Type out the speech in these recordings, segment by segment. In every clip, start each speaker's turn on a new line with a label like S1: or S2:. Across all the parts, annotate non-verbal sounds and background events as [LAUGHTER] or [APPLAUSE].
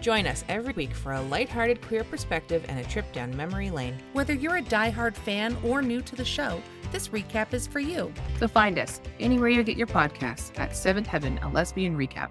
S1: Join us every week for a lighthearted queer perspective and a trip down memory lane.
S2: Whether you're a diehard fan or new to the show, this recap is for you.
S3: So find us anywhere you get your podcasts at Seventh Heaven, a lesbian recap.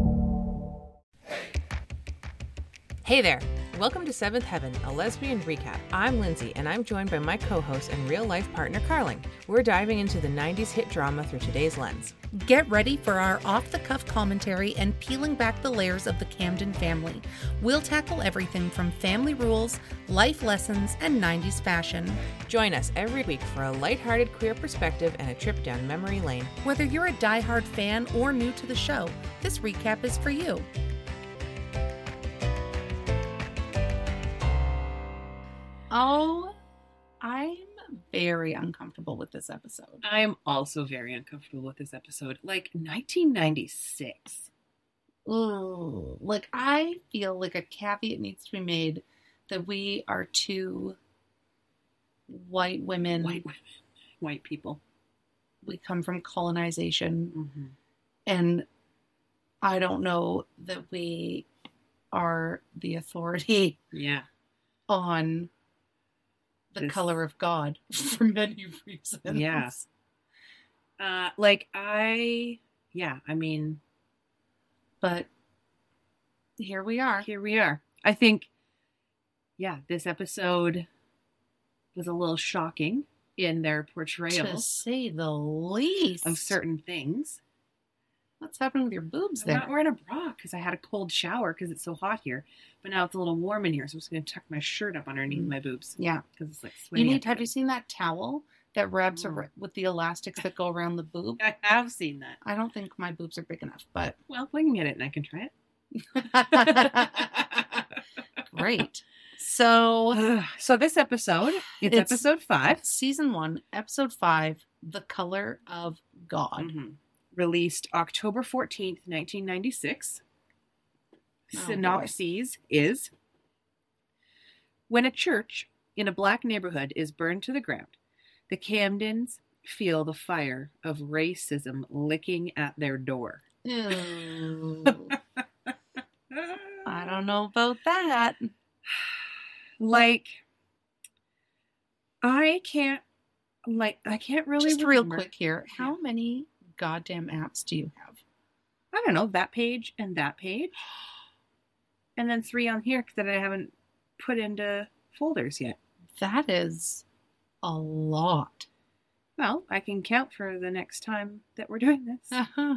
S1: Hey there! Welcome to Seventh Heaven, a lesbian recap. I'm Lindsay, and I'm joined by my co host and real life partner, Carling. We're diving into the 90s hit drama through today's lens.
S2: Get ready for our off the cuff commentary and peeling back the layers of the Camden family. We'll tackle everything from family rules, life lessons, and 90s fashion.
S1: Join us every week for a lighthearted queer perspective and a trip down memory lane.
S2: Whether you're a diehard fan or new to the show, this recap is for you.
S3: Oh, I'm very uncomfortable with this episode.
S4: I'm also very uncomfortable with this episode. Like 1996.
S3: Ooh, like I feel like a caveat needs to be made that we are two white
S1: Mm.
S3: women.
S4: White women, white people.
S3: We come from colonization,
S1: Mm-hmm.
S3: and I don't know that we are the authority
S4: Yeah.
S3: on the
S4: This-
S3: color of God [LAUGHS] for many reasons.
S4: Yeah. Uh, like I, yeah. I mean,
S3: But here we are.
S4: here we are. I think, yeah, this episode was a little shocking in their
S3: to
S4: portrayal
S3: say the least.
S4: of certain things.
S3: What's happening with your boobs
S4: I'm
S3: there?
S4: not wearing a bra because I had a cold shower because it's so hot here. But now it's a little warm in here, so I'm just gonna tuck my shirt up underneath
S3: Mm.
S4: my boobs
S3: yeah,
S4: because it's like
S3: you
S4: sweaty.
S3: need. Have
S4: [LAUGHS]
S3: you seen that towel that wraps
S4: Oh.
S3: ar- with the elastics that go around the boob?
S4: I have seen that.
S3: I don't think my boobs are big enough,
S4: [LAUGHS]
S3: but
S4: Well, wait a minute, and I can try
S3: great. So,
S4: it. [LAUGHS] so this episode, it's,
S3: It's-
S4: episode 5
S3: season one, episode five, "The Color of God."
S4: released October fourteenth, nineteen ninety six.
S3: Oh, boy.
S4: Synopses is when a church in a black neighborhood is burned to the ground, the Camdens feel the fire of racism licking at their door. Mm.
S3: Ew.
S4: [LAUGHS]
S3: Ah. I don't know about that.
S4: like I can't like I can't really
S3: Just real
S4: remember.
S3: quick here, how many goddamn apps do you have?
S4: I don't know, that page and that page. And then three on here that I haven't put into folders yet.
S3: That is a lot.
S4: Well, I can count for the next time that we're doing this.
S3: Uh-huh.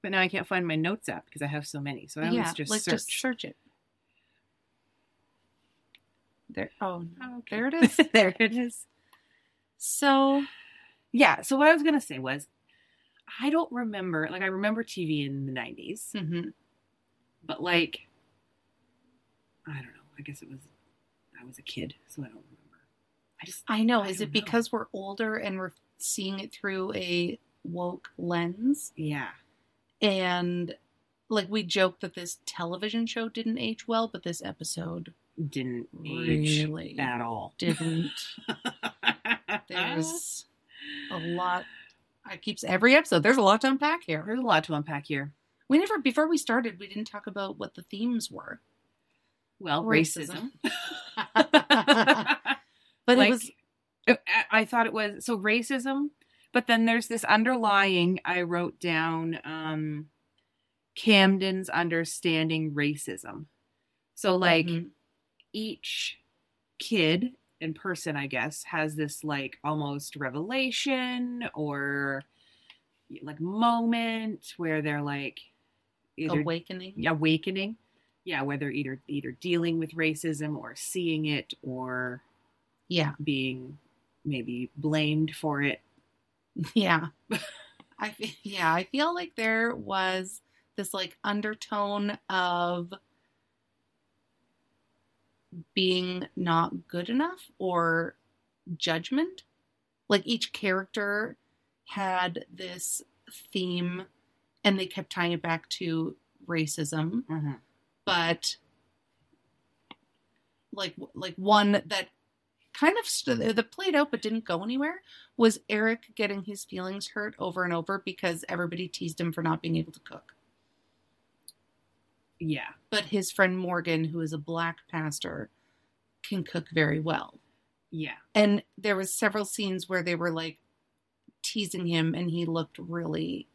S4: but now I can't find my notes app because I have so many. So I always
S3: Yeah,
S4: just
S3: like
S4: search.
S3: just search it. There. Oh, no.
S4: Okay.
S3: there it is.
S4: [LAUGHS] there it is.
S3: [LAUGHS] so
S4: Yeah, so what I was gonna say was I don't remember like I remember TV in the nineties,
S3: mhm.
S4: but like I don't know. I guess it was I was a kid, so I don't remember. I just
S3: I know.
S4: I
S3: is
S4: don't
S3: it
S4: know.
S3: because we're older and we're seeing it through a woke lens?
S4: Yeah.
S3: And like we joke that this television show didn't age well, but this episode
S4: Didn't age
S3: really
S4: at all.
S3: didn't.
S4: [LAUGHS]
S3: There's a lot. I keeps every episode. There's a lot to unpack here.
S4: there's a lot to unpack here.
S3: We never before we started, we didn't talk about what the themes were.
S4: Well,
S3: Racism.
S4: Oh, racism. [LAUGHS]
S3: But
S4: Like,
S3: it was
S4: I- uh, I thought it was so racism, but then there's this underlying. I wrote down um, Camden's understanding racism. So like
S3: Mhm.
S4: each kid and person, I guess, has this like almost revelation or like moment where they're like either
S3: Awakening.
S4: awakening. Yeah, whether either either dealing with racism or seeing it or
S3: Yeah.
S4: being maybe blamed for it.
S3: Yeah. I fe- yeah, I feel like there was this like undertone of being not good enough or judgment. Like each character had this theme and they kept tying it back to racism, but like like one that kind of st- that played out but didn't go anywhere was Eric getting his feelings hurt over and over because everybody teased him for not being able to cook.
S4: Yeah.
S3: But his friend Morgan, who is a black pastor, can cook very well.
S4: Yeah.
S3: And there was several scenes where they were like teasing him and he looked really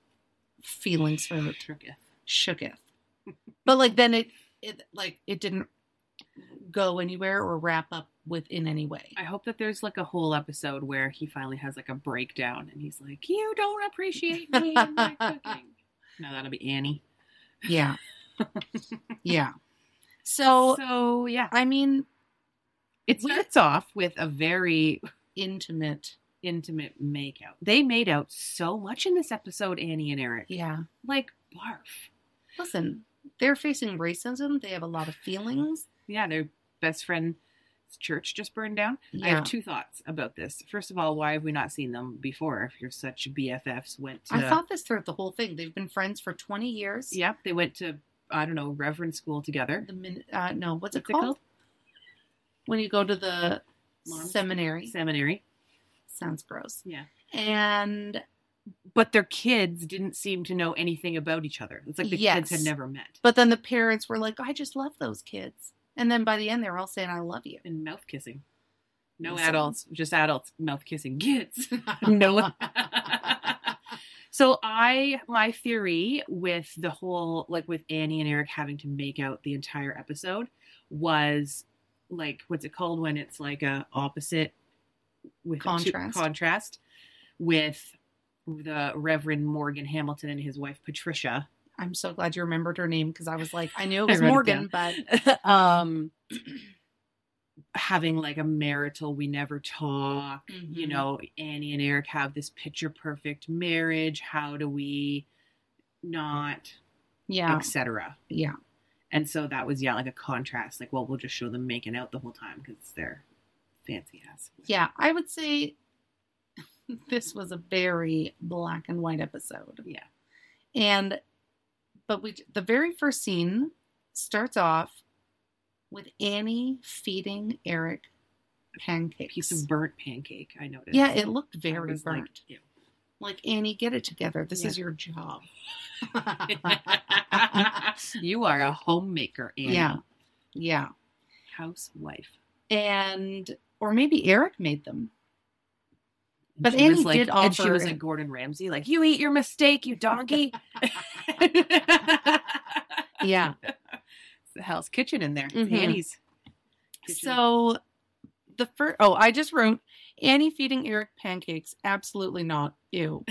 S3: feelings hurt,
S4: Shooketh.
S3: shooketh. [LAUGHS] But like then it it like it didn't go anywhere or wrap up within any way.
S4: I hope that there's like a whole episode where he finally has like a breakdown and he's like, "You don't appreciate me and
S3: [LAUGHS]
S4: my cooking." No, that'll be Annie.
S3: Yeah. yeah. So,
S4: so yeah,
S3: I mean
S4: it
S3: we-
S4: starts off with a very
S3: intimate.
S4: intimate makeout. They made out so much in this episode, Annie and Eric.
S3: Yeah.
S4: Like barf.
S3: Listen, they're facing racism. They have a lot of feelings.
S4: Yeah, their best friend's church just burned down. I
S3: Yeah.
S4: have two thoughts about this. First of all, why have we not seen them before? If you're such BFFs, went to
S3: I thought this throughout the whole thing. They've been friends for 20 years.
S4: Yep, they went to I don't know Reverend school together.
S3: The min- uh, no,
S4: What's
S3: what's, it,
S4: it
S3: called?
S4: called?
S3: When you go to the
S4: Mormon
S3: seminary.
S4: Seminary.
S3: Sounds gross.
S4: Yeah.
S3: And
S4: but their kids didn't seem to know anything about each other. It's like the
S3: Yes.
S4: kids had never met.
S3: but then the parents were like, "I just love those kids." And then by the end, they're all saying, "I love you."
S4: And mouth kissing. No
S3: Listen.
S4: adults, just adults mouth kissing kids. [LAUGHS] no. so I my theory with the whole like with Annie and Eric having to make out the entire episode was like what's it called when it's like a opposite with a two-
S3: Contrast.
S4: contrast with the Reverend Morgan Hamilton and his wife Patricia.
S3: I'm so glad you remembered her name because I was like, I knew it
S4: I
S3: was
S4: wrote it
S3: Morgan,
S4: [LAUGHS]
S3: but
S4: um [CLEARS THROAT] having like a marital we never talk you
S3: Mhm.
S4: know annie and eric have this picture perfect marriage how do we not
S3: yeah,
S4: etc
S3: yeah,
S4: and so that was yeah like a contrast like well we'll just show them making out the whole time because they're fancy ass
S3: yeah. I would say [LAUGHS] this was a very black and white episode.
S4: yeah
S3: And but we the very first scene starts off with Annie feeding Eric
S4: a
S3: pancakes.
S4: piece of burnt pancake i noticed
S3: yeah, it looked
S4: I
S3: very
S4: was like,
S3: burnt. [LAUGHS]
S4: ew. [LAUGHS]
S3: Like, Annie, get it together. This
S4: Yeah.
S3: is your job.
S4: you are a homemaker annie
S3: yeah. Yeah.
S4: housewife
S3: And or maybe Eric made them.
S4: And
S3: But
S4: she was
S3: Annie
S4: like,
S3: did
S4: and she
S3: offer
S4: was
S3: an-
S4: like Gordon Ramsay, like you eat your mistake, you donkey.
S3: [LAUGHS]
S4: [LAUGHS]
S3: Yeah.
S4: It's the Hell's Kitchen in there. It's
S3: Mhm.
S4: Annie's. kitchen.
S3: so the first oh, I just wrote Annie feeding Eric pancakes. Absolutely not.
S4: [LAUGHS]
S3: Ew.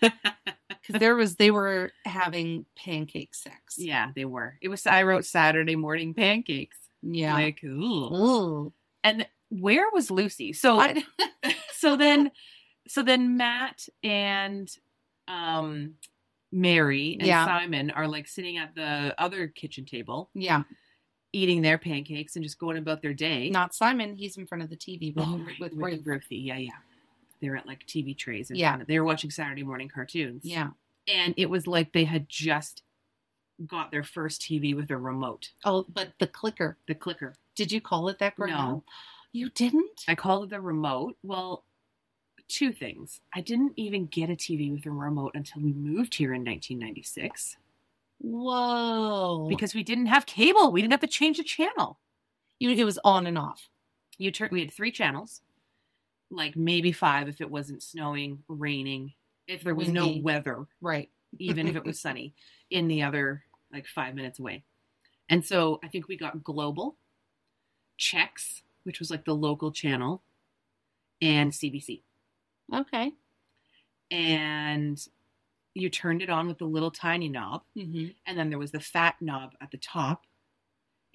S3: Because there was they were having pancake sex.
S4: [LAUGHS] yeah, they were. It was. I wrote Saturday morning pancakes.
S3: Yeah.
S4: Like, ooh.
S3: Ooh.
S4: and where was Lucy? So,
S3: I- [LAUGHS]
S4: so then, so then Matt and um Mary and
S3: Yeah.
S4: Simon are like sitting at the other kitchen table
S3: yeah,
S4: eating their pancakes and just going about their day.
S3: not Simon. He's in front of the TV with,
S4: Oh, right,
S3: with
S4: with
S3: Ruth.
S4: Ruthie. Yeah, yeah. They were at like TV trays. in
S3: Yeah.
S4: front of- They were watching Saturday morning cartoons.
S3: Yeah.
S4: And it was like they had just got their first TV with a remote,
S3: Oh, but the clicker.
S4: the clicker.
S3: Did you call it that, Cornell?
S4: No.
S3: You didn't?
S4: I called it the remote. Well, two things. I didn't even get a TV with a remote until we moved here in 1996
S3: Whoa. Because
S4: because we didn't have cable. We didn't have to change the channel.
S3: you, it was on and off.
S4: You turn. We had three channels, like maybe five if it wasn't snowing, raining, if there was no
S3: Windy.
S4: weather.
S3: Right.
S4: even if it [LAUGHS] was sunny, in the other like five minutes away. And so I think we got Global, Checks, which was like the local channel, and CBC.
S3: Okay.
S4: And
S5: you turned it on with the little tiny knob,
S3: Mm-hmm.
S5: and then there was the fat knob at the top,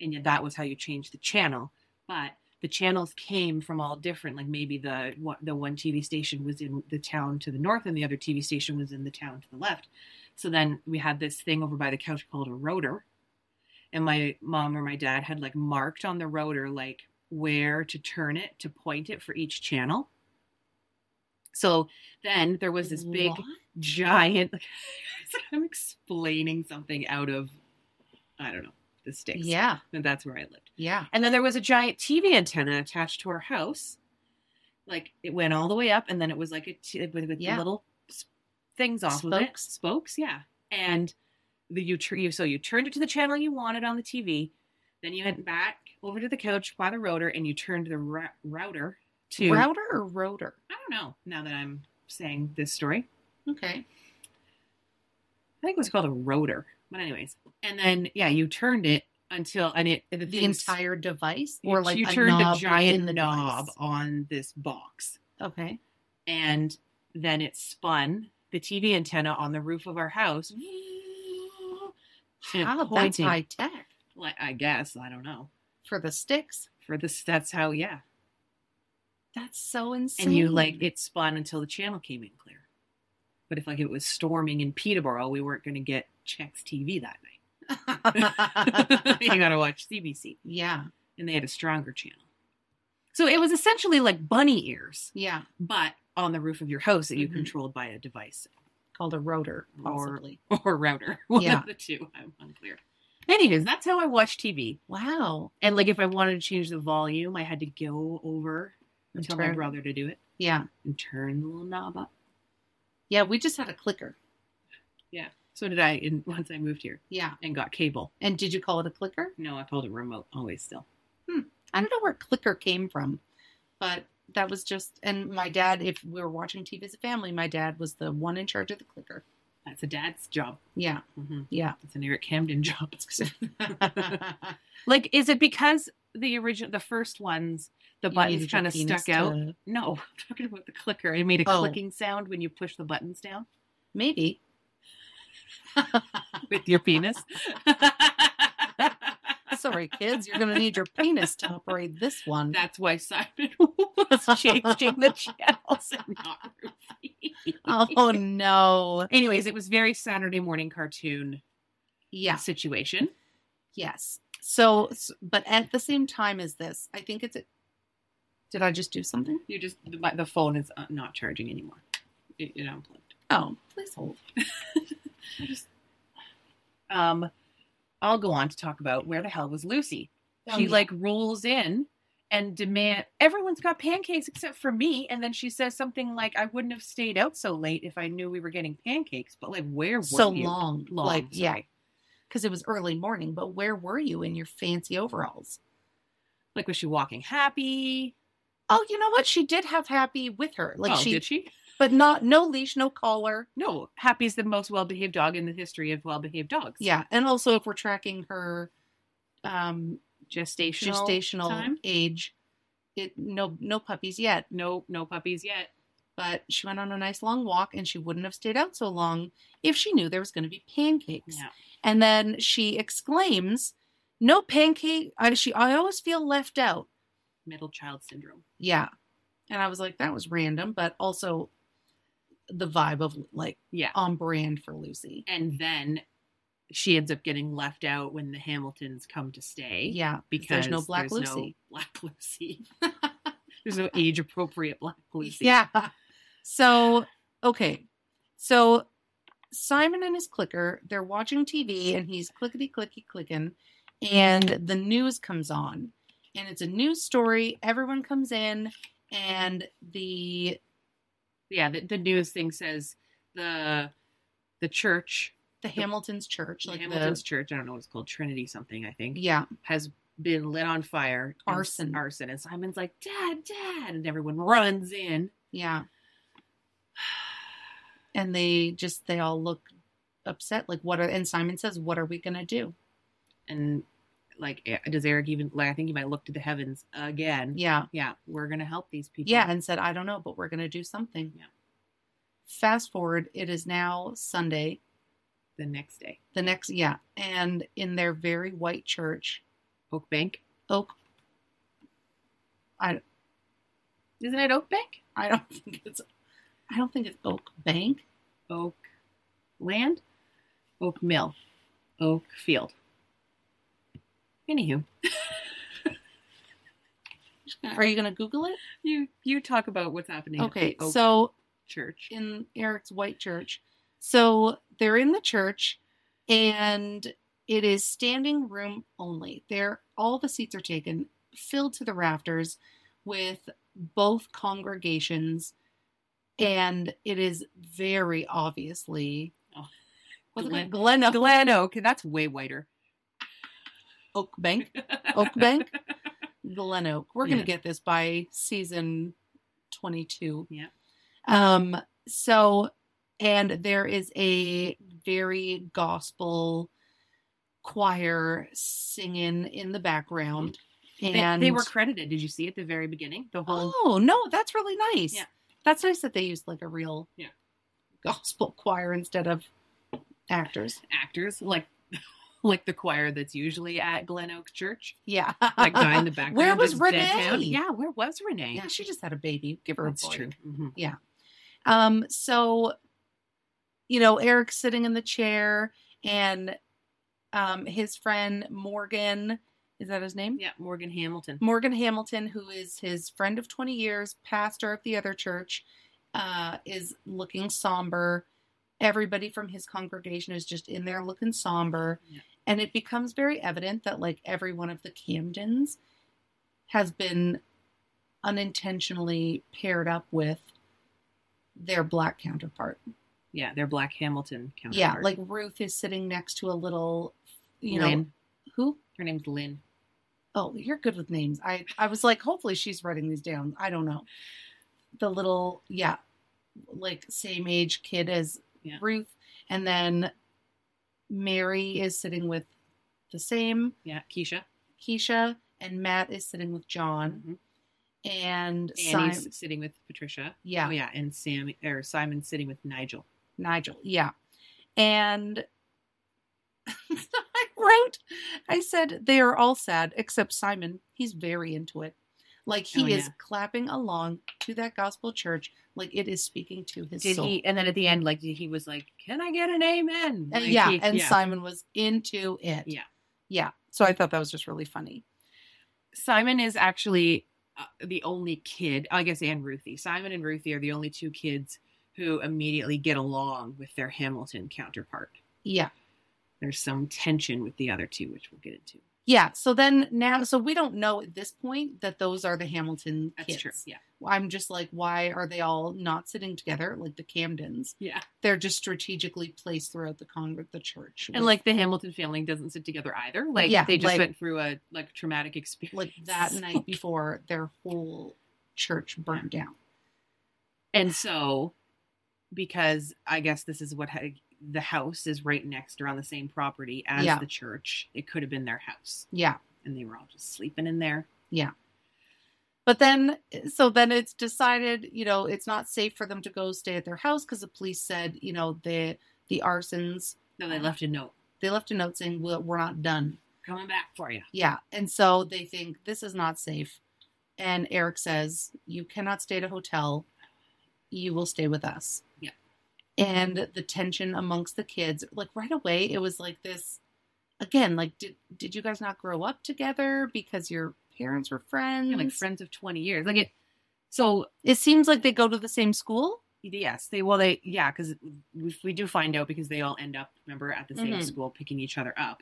S5: and yet that was how you changed the channel. But the channels came from all different. Like maybe the one- the one TV station was in the town to the north, and the other TV station was in the town to the left. So then we had this thing over by the couch called a rotor, and my mom or my dad had like marked on the rotor like where to turn it to point it for each channel. So then there was this big giant. [LAUGHS] I'm explaining something out of, I don't know, the sticks.
S3: Yeah,
S5: And that's where I lived.
S3: yeah.
S5: And then there was a giant TV antenna attached to our house. Like it went all the way up, and then it was like a t- with, with
S3: Yeah.
S5: the little s- things off of it.
S3: Spokes.
S5: Spokes, yeah. And the you, tr- you so you turned it to the channel you wanted on the TV. Then you went back over to the couch by the rotor, and you turned the ra- router to.
S3: Router or rotor?
S5: I don't know. Now that I'm saying this story,
S3: Okay.
S5: I think it was called a rotor. But anyways, and then yeah, you turned it until and it and the,
S3: The
S5: thing s-
S3: entire device,
S5: you,
S3: or like
S5: you
S3: a
S5: turned
S3: knob
S5: a giant
S3: in the
S5: knob
S3: device?
S5: on this box,
S3: Okay.
S5: and then it spun the TV antenna on the roof of our house. and
S3: Wow, that's
S5: pointing.
S3: high tech
S5: Like, I guess I don't know
S3: for the sticks.
S5: for this. That's how yeah,
S3: That's so insane.
S5: and you like it spun until the channel came in clear. But if like it was storming in Peterborough, we weren't going to get Chex TV that night. [LAUGHS] you got to watch CBC.
S3: yeah,
S5: and they had a stronger channel. So it was essentially like bunny ears,
S3: yeah.
S5: but on the roof of your house that you
S3: Mhm.
S5: controlled by a device
S3: Called a rotor,
S5: Or-
S3: possibly.
S5: [LAUGHS] or router. One
S3: Yeah.
S5: of the two. I'm unclear. Anyways, that's how I watched TV.
S3: wow.
S5: And like if I wanted to change the volume, I had to go over and tell my
S3: Turn-
S5: brother to do it
S3: Yeah,
S5: and turn the little knob up.
S3: yeah. We just had a clicker.
S5: So did I in, [LAUGHS] once I moved here
S3: Yeah.
S5: and got cable.
S3: And did you call it a clicker?
S5: No, I called it remote always still.
S3: I don't know where clicker came from, but that was just. And my dad, if we were watching TV as a family, my dad was the one in charge of the clicker.
S5: That's a dad's job.
S3: Yeah,
S5: Mm-hmm.
S3: yeah.
S5: It's an Eric
S3: [LAUGHS]
S5: Camden [LAUGHS] job. Like, is it because the original, the first ones, the buttons kind of stuck out? No, [LAUGHS] I'm talking about the clicker. It made a
S3: Oh.
S5: clicking sound when you push the buttons down
S3: Maybe.
S5: [LAUGHS] with your penis.
S3: Sorry, kids, you're going to need your penis to operate this
S5: [LAUGHS]
S3: one.
S5: [LAUGHS] That's why Simon was changing the channels and not routine.
S3: Oh no.
S5: Anyways, it was very Saturday morning cartoon
S3: Yeah.
S5: situation.
S3: Yes. So, s- but at the same time as this, I think it's. A, did I just do something?
S5: You just the, my- the phone is uh, not charging anymore. It, it unplugged.
S3: Oh, please hold.
S5: Um, I'll go on to talk about where the hell was Lucy. she like rolls in and demand everyone's got pancakes except for me and then she says something like i wouldn't have stayed out so late if i knew we were getting pancakes but like where were
S3: so
S5: you?
S3: long,
S5: long
S3: like yeah,
S5: sorry.
S3: because it was early morning. But where were you in your fancy overalls?
S5: like was she walking happy
S3: Oh, you know what? She did have happy with her, like
S5: oh,
S3: she,
S5: did she
S3: but not no leash, no collar.
S5: no happy is the most well-behaved dog in the history of well-behaved dogs
S3: Yeah, and also if we're tracking her, um,
S5: gestational
S3: gestational
S5: time
S3: age, it no no puppies yet.
S5: no no puppies yet
S3: but she went on a nice long walk and she wouldn't have stayed out so long if she knew there was going to be pancakes.
S5: yeah
S3: And then she exclaims, "No pancake! I, she, I always feel left out."
S5: middle child syndrome
S3: Yeah, and I was like, that was random, but also the vibe of like
S5: yeah
S3: on brand for Lucy.
S5: and then she ends up getting left out when the hamiltons come to stay
S3: Yeah,
S5: because
S3: there's no Black
S5: there's no
S3: Lucy.
S5: Black [LAUGHS] Lucy. there's no age appropriate Black Lucy.
S3: Yeah. So okay, so Simon and his clicker, they're watching TV and he's clickety clicky clicking, and the news comes on, and it's a news story. Everyone comes in, and the
S5: yeah. The, the news thing says the the church,
S3: the Hamilton's church,
S5: the
S3: like
S5: Hamilton's church. I don't know what it's called, Trinity something. I think
S3: the yeah,
S5: has been lit on fire. and-
S3: Arson.
S5: arson. And Simon's like, Dad, Dad, and everyone runs in.
S3: yeah, and they just they all look upset. Like what? Are, and Simon says, "What are we gonna do?"
S5: And like, eh, does Eric even like? I think he might look to the heavens again.
S3: Yeah,
S5: yeah, we're gonna help these people.
S3: yeah, and said, "I don't know, but we're gonna do something."
S5: Yeah.
S3: Fast forward, it is now Sunday,
S5: the next day.
S3: the next, yeah, and in their very white church,
S5: Oak Bank.
S3: Oak,
S5: Isn't it Oak Bank?
S3: I don't [LAUGHS] think it's, I don't think it's Oak Bank.
S5: Oak Land? Oak Mill. Oak Field. Anywho,
S3: Are you going to Google it?
S5: you you talk about what's happening.
S3: Okay,
S5: at the Oak
S3: so
S5: Church.
S3: in Eric's white church. So they're in the church and it is standing room only. There all the seats are taken, filled to the rafters with both congregations and it is very obviously
S5: Oh.
S3: what's it
S5: Glen-
S3: called? Glen Oak,
S5: Glen Oak. That's way whiter. [LAUGHS]
S3: Oak Bank, Oak Bank? Glen Oak. We're going to
S5: Yeah.
S3: get this by season 22.
S5: Yeah.
S3: Um, so, and there is a very gospel choir singing in the background.
S5: They,
S3: And
S5: they were credited. Did you see at the very beginning? The whole
S3: oh, no, that's really nice.
S5: Yeah.
S3: That's nice that they used like a real
S5: Yeah.
S3: gospel [LAUGHS] choir instead of actors.
S5: actors, like [LAUGHS] like the choir that's usually at Glen Oak Church.
S3: Yeah.
S5: That guy in the
S3: Uh,
S5: background.
S3: Where was
S5: is dead
S3: Renee?
S5: down. Yeah, where was
S3: [LAUGHS]
S5: Renee?
S3: Yeah, she just had a baby. Give her
S5: that's
S3: a break.
S5: true. Mhm.
S3: Um, so, you know, Eric's sitting in the chair and um, his friend Morgan, is that his name?
S5: Yeah, Morgan Hamilton.
S3: Morgan Hamilton, who is his friend of 20 years, pastor of the other church, uh, is looking somber. Everybody from his congregation is just in there looking somber.
S5: Yeah.
S3: And it becomes very evident that, like, every one of the Camdens has been unintentionally paired up with their black counterpart.
S5: Yeah, their Black Hamilton
S3: Yeah,
S5: counterpart.
S3: like Ruth is sitting next to a little, you know,
S5: Lynn.
S3: who?
S5: Her name's Lynn.
S3: Oh, you're good with names. I I was like, hopefully she's writing these down. I don't know. The little yeah, like same age kid as
S5: Yeah.
S3: Ruth, and then Mary is sitting with the same
S5: Yeah, Keisha.
S3: Keisha, and Matt is sitting with John,
S5: Mhm.
S3: and
S5: Annie's
S3: Simon,
S5: sitting with Patricia.
S3: yeah,
S5: Oh yeah, and Sam or Simon's sitting with Nigel.
S3: Nigel. Yeah. And [LAUGHS] I wrote, I said, they are all sad except Simon. He's very into it. Like he
S5: Oh,
S3: is
S5: yeah.
S3: clapping along to that gospel church, like it is speaking to his
S5: Did
S3: soul.
S5: he? And then at the end, like he was like, "Can I get an amen?"
S3: And
S5: Like,
S3: yeah,
S5: he-
S3: and Simon was into it.
S5: Yeah.
S3: Yeah. So I thought that was just really funny.
S5: Simon is actually uh, the only kid, I guess, and Ruthie. Simon and Ruthie are the only two kids who immediately get along with their Hamilton counterpart.
S3: Yeah.
S5: There's some tension with the other two, which we'll get into.
S3: Yeah. So then now, so we don't know at this point that those are the Hamilton
S5: That's
S3: kids.
S5: true. Yeah.
S3: I'm just like, why are they all not sitting together like the Camdens?
S5: Yeah.
S3: they're just strategically placed throughout the con the church
S5: And like the Hamilton family doesn't sit together either. Like
S3: Yeah,
S5: they just
S3: like-
S5: went through a like traumatic experience.
S3: like
S5: [LAUGHS]
S3: that night before their whole church burned down
S5: And so, because I guess this is what ha- the house is right next or on the same property as
S3: Yeah.
S5: the church, it could have been their house.
S3: yeah
S5: And they were all just sleeping in there.
S3: but then so then it's decided you know it's not safe for them to go stay at their house because the police said you know the the arsons
S5: No, they left a note
S3: they left a note saying well, we're not done
S5: coming back for you.
S3: yeah and so they think this is not safe and eric says you cannot stay at a hotel you will stay with us
S5: Yeah.
S3: and the tension amongst the kids like right away it was like this again like did did you guys not grow up together because your parents were friends
S5: Yeah, like friends of 20 years. Like it, so
S3: it seems like they go to the same school
S5: yes, they, well, they, yeah, because we, we do find out because they all end up, remember, at the same
S3: Mhm.
S5: school picking each other up.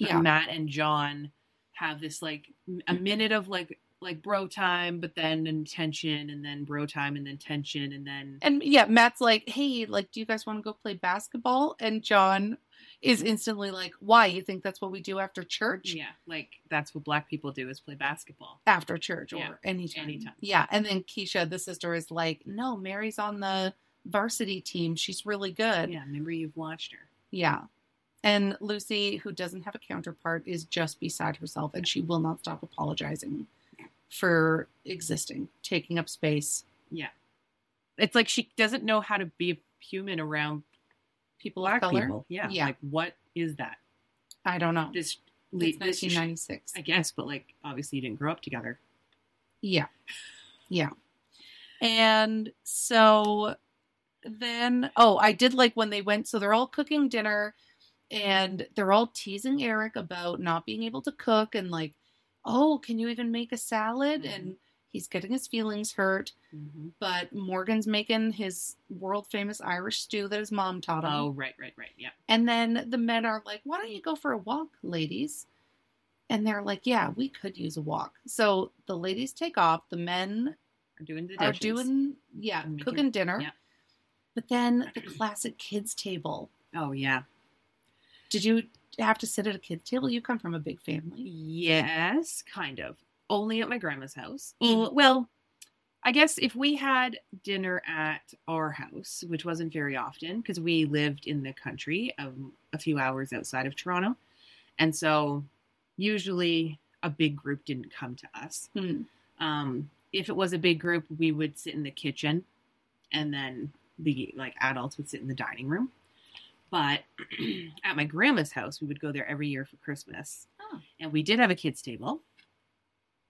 S5: But
S3: yeah Mm.
S5: Matt and John have this like m- a minute of like, like bro time, but then and tension, and then bro time, and then tension, and then
S3: and yeah matt's like hey like do you guys want to go play basketball and john is instantly like why you think that's what we do after church
S5: Yeah, like that's what black people do is play basketball.
S3: after church
S5: Yeah,
S3: or anytime.
S5: anytime.
S3: Yeah. And then Keisha, the sister, is like, no, Mary's on the varsity team. She's really good. Yeah.
S5: Yeah, remember you've watched her.
S3: And Lucy, who doesn't have a counterpart, is just beside herself and she will not stop apologizing for existing, taking up space.
S5: It's like she doesn't know how to be human around people
S3: Of
S5: black
S3: color?
S5: people. Yeah.
S3: Yeah.
S5: Like what is that?
S3: I don't know.
S5: This le-
S3: It's
S5: this
S3: 1996.
S5: I guess, but like obviously you didn't grow up together.
S3: Yeah. Yeah. And so then, oh, I did like when they went, so they're all cooking dinner and they're all teasing Eric about not being able to cook and like, oh, can you even make a salad?
S5: Mhm.
S3: And he's getting his feelings hurt. But Morgan's making his world famous Irish stew that his mom taught him.
S5: Oh, right, right, right. Yeah.
S3: And then the men are like, why don't you go for a walk, ladies? And they're like, yeah, we could use a walk. So the ladies take off. The men
S5: Are doing the
S3: are
S5: dishes.
S3: doing, yeah,
S5: And making-
S3: cooking dinner.
S5: yeah.
S3: But then the classic kids' table.
S5: Oh yeah.
S3: Did you have to sit at a kids' table? You come from a big family.
S5: Yes, kind of. Only at my grandma's house. Well, Well, I guess if we had dinner at our house, which wasn't very often because we lived in the country um, a few hours outside of Toronto. And so usually a big group didn't come to us.
S3: Hmm.
S5: Um, if it was a big group, we would sit in the kitchen and then the like adults would sit in the dining room. But [CLEARS THROAT] at my grandma's house, we would go there every year for Christmas and we did have a kids table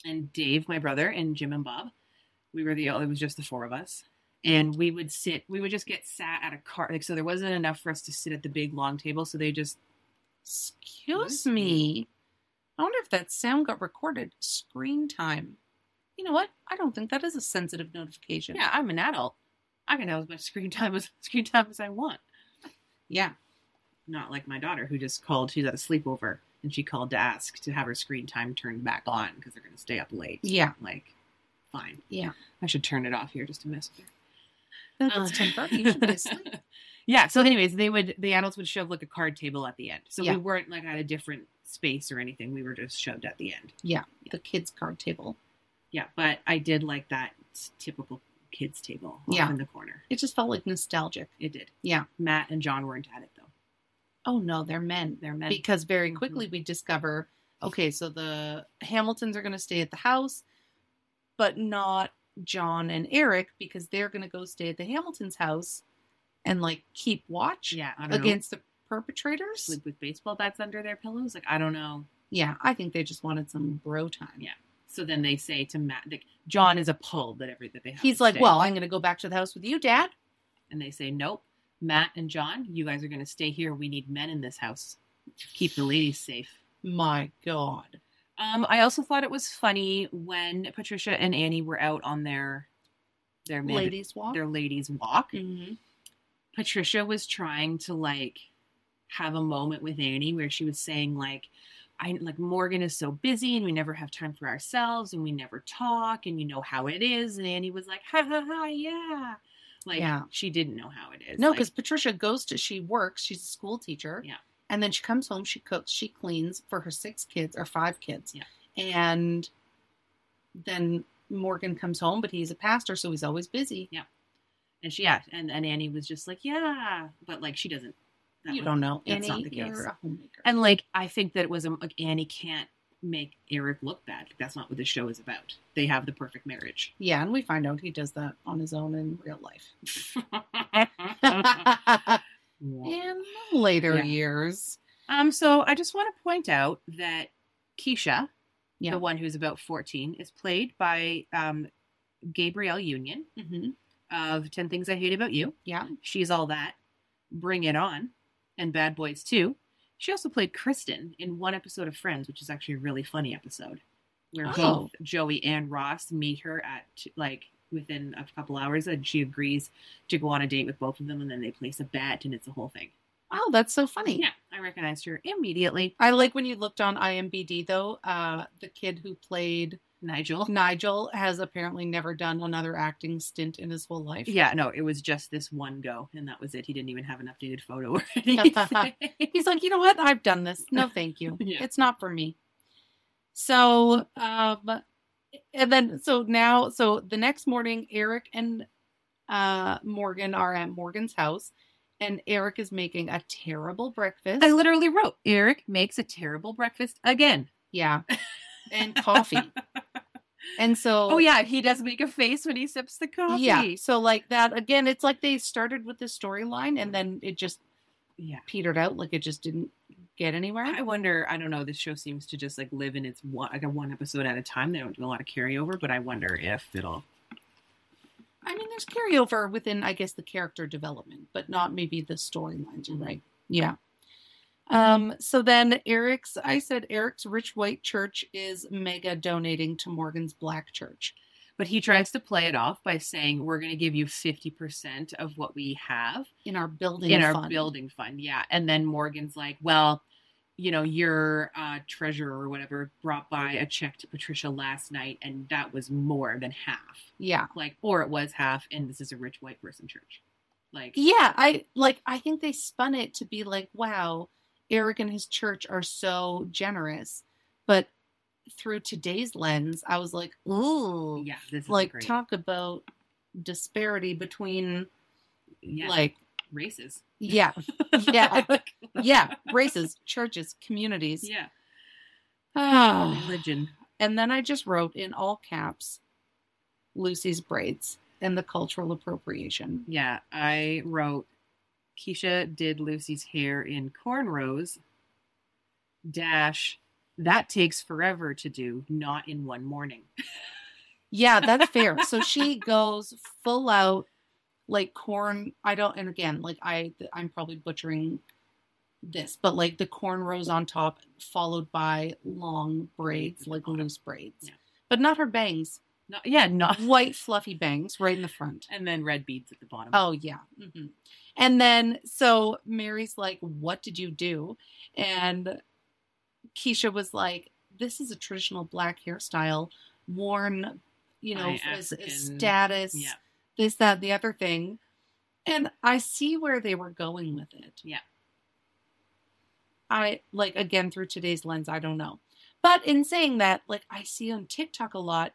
S5: and dave my brother and jim and bob we were the it was just the four of us and we would sit we would just get sat at a car like so there wasn't enough for us to sit at the big long table so they just
S3: Excuse me. I wonder if that sound got recorded. Screen time. You know what? I don't think that is a sensitive notification.
S5: yeah i'm an adult i can have as much screen time as [LAUGHS] screen time as i want
S3: Yeah.
S5: not like my daughter who just called she's at a sleepover and she called to ask to have her screen time turned back on because they're going to stay up late
S3: Yeah.
S5: like fine
S3: Yeah.
S5: i should turn it off here just to mess with her
S3: That's
S5: Uh.
S3: Tim Burke. You
S5: [LAUGHS]
S3: should be asleep.
S5: Yeah. So, anyways, they would the adults would shove like a card table at the end. So
S3: Yeah.
S5: we weren't like at a different space or anything. We were just shoved at the end.
S3: the kids' card table.
S5: Yeah. But I did like that typical kids table off
S3: Yeah.
S5: in the corner.
S3: It just felt like nostalgic.
S5: It did.
S3: Yeah.
S5: Matt and John weren't at it though.
S3: Oh no, they're men.
S5: They're men.
S3: Because very
S5: Mhm.
S3: quickly we discover okay, so the Hamiltons are going to stay at the house, but not John and Eric because they're going to go stay at the Hamiltons' house and like keep watch
S5: yeah. I don't
S3: against the
S5: know.
S3: perpetrators.
S5: Sleep with baseball bats under their pillows. Like I don't know.
S3: Yeah, I think they just wanted some bro time.
S5: Yeah. So then they say to Matt, like John is appalled that every that they have.
S3: He's
S5: to
S3: like,
S5: stay.
S3: well, I'm going to go back to the house with you, Dad.
S5: and they say, nope. Matt and John, you guys are going to stay here. We need men in this house. Keep the ladies safe.
S3: My God.
S5: Um, I also thought it was funny when Patricia and Annie were out on their their man-
S3: Ladies walk.
S5: their ladies walk.
S3: hmm
S5: Patricia was trying to like have a moment with Annie where she was saying like I like Morgan is so busy and we never have time for ourselves and we never talk and you know how it is and Annie was like ha ha ha yeah like
S3: Yeah.
S5: she didn't know how it is
S3: No,
S5: Like,
S3: because Patricia goes to she works. She's a school teacher.
S5: Yeah.
S3: And then she comes home. She cooks. She cleans for her six kids or five kids.
S5: Yeah.
S3: And then Morgan comes home, but he's a pastor, so he's always busy.
S5: and she yeah and, and Annie was just like yeah but like she doesn't that
S3: you
S5: was-
S3: don't know.
S5: that's
S3: Annie,
S5: not the case.
S3: you're a homemaker.
S5: And like, I think that it was um, like Annie can't make Eric look bad. Like, that's not what the show is about. They have the
S3: [LAUGHS]
S5: perfect marriage. [LAUGHS]
S3: yeah, and we find out he does that on his own in real life. [LAUGHS] in later
S5: Mm-hmm. Yeah.
S3: years.
S5: um. So I just want to point out that Keisha,
S3: Yeah.
S5: the one who's about fourteen, is played by um, Gabrielle Union
S3: hmm
S5: of Ten Things I Hate About You.
S3: Yeah.
S5: She's all that. Bring It On, and Bad Boys Two. She also played Kristen in one episode of Friends, which is actually a really funny episode, where
S3: Oh.
S5: both Joey and Ross meet her at like within a couple hours, and she agrees to go on a date with both of them, and then they place a bet, and it's a whole thing.
S3: Wow, that's so funny.
S5: Yeah, I recognized her immediately,
S3: I like when you looked on IMBD though. Uh, the kid who played
S5: Nigel.
S3: Nigel has apparently never done another acting stint in his whole life.
S5: Yeah, no, it was just this one go, and that was it. He didn't even have an updated photo or [LAUGHS] anything.
S3: He's like, you know what? I've done this.
S5: [LAUGHS]
S3: No, thank you.
S5: Yeah.
S3: It's not for me. So, um, and then so now, so the next morning, Eric and uh, Morgan are at Morgan's house, and Eric is making a terrible breakfast.
S5: I literally wrote, [LAUGHS] Eric makes a terrible breakfast again.
S3: yeah, and coffee. And so
S5: Oh yeah, he does make a face when he sips the coffee.
S3: Yeah. So like that again, it's like they started with the storyline and then it just
S5: Yeah.
S3: petered out, like it just didn't get anywhere.
S5: I wonder. I don't know. This show seems to just like live in its one like a one episode at a time. They don't do a lot of carryover, but I wonder if it'll.
S3: I mean, there's carryover within, I guess, the character development, but not maybe the storylines. You're right. Yeah. Um, so then Eric's, I said Eric's rich white church is mega donating to Morgan's black church.
S5: But he tries to play it off by saying, "We're going to give you fifty percent of what we have
S3: in our building
S5: in our
S3: fund.
S5: building fund." Yeah, and then Morgan's like, "Well." You know, your uh, treasurer or whatever brought by a check to Patricia last night, and that was more than half.
S3: Yeah.
S5: Like, or it was half, and this is a rich white person church. Like,
S3: Yeah, I like I think they spun it to be like, wow, Eric and his church are so generous. But through today's lens, I was like, ooh,
S5: yeah, this is
S3: like
S5: great.
S3: talk about disparity between
S5: yeah,
S3: like
S5: races. [LAUGHS]
S3: yeah, [LAUGHS] yeah, yeah, races, churches, communities.
S5: yeah.
S3: Ah.
S5: Religion.
S3: [SIGHS] And then I just wrote in all caps Lucy's braids and the cultural appropriation.
S5: Yeah, I wrote Keisha did Lucy's hair in cornrows. Dash, that takes forever to do, not in one morning.
S3: Yeah, that's fair. so she goes full out like corn. I don't, and again, like I, I'm probably butchering this, but like the cornrows on top, followed by long braids, like loose braids,
S5: Yeah.
S3: but not her
S5: [LAUGHS]
S3: bangs,
S5: Not, yeah, not.
S3: white fluffy bangs right in the front.
S5: And Mm-hmm. then red beads at the bottom.
S3: Oh yeah. hmm And then so Mary's like, "What did you do?" And Keisha was like, "This is a traditional black hairstyle worn, you know,
S5: By
S3: as, as
S5: African-
S3: status,
S5: yeah.
S3: this, that, the other thing." And I see where they were going with it.
S5: Yeah.
S3: I like again through today's lens, I don't know. But in saying that, like I see on TikTok a lot,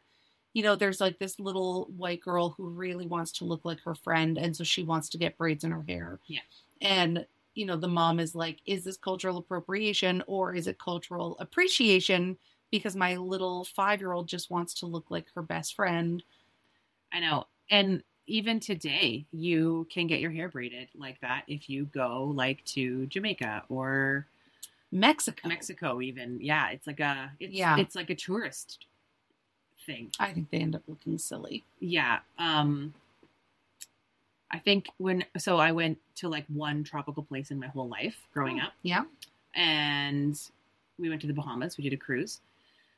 S3: you know, there's like this little white girl who really wants to look like her friend, and so she wants to get braids in her hair.
S5: Yeah.
S3: And you know, the mom is like, "Is this cultural appropriation or is it cultural appreciation?" Because my little five-year-old just wants to look like her best friend.
S5: I know. And even today, you can get your hair braided like that if you go like to Jamaica or
S3: Mexico.
S5: Mexico. Even yeah, it's like a it's,
S3: Oh. Yeah.
S5: it's like a tourist thing.
S3: I think they end up looking silly.
S5: yeah um i think when so i went to like one tropical place in my whole life growing up
S3: Yeah.
S5: and we went to the bahamas we did a cruise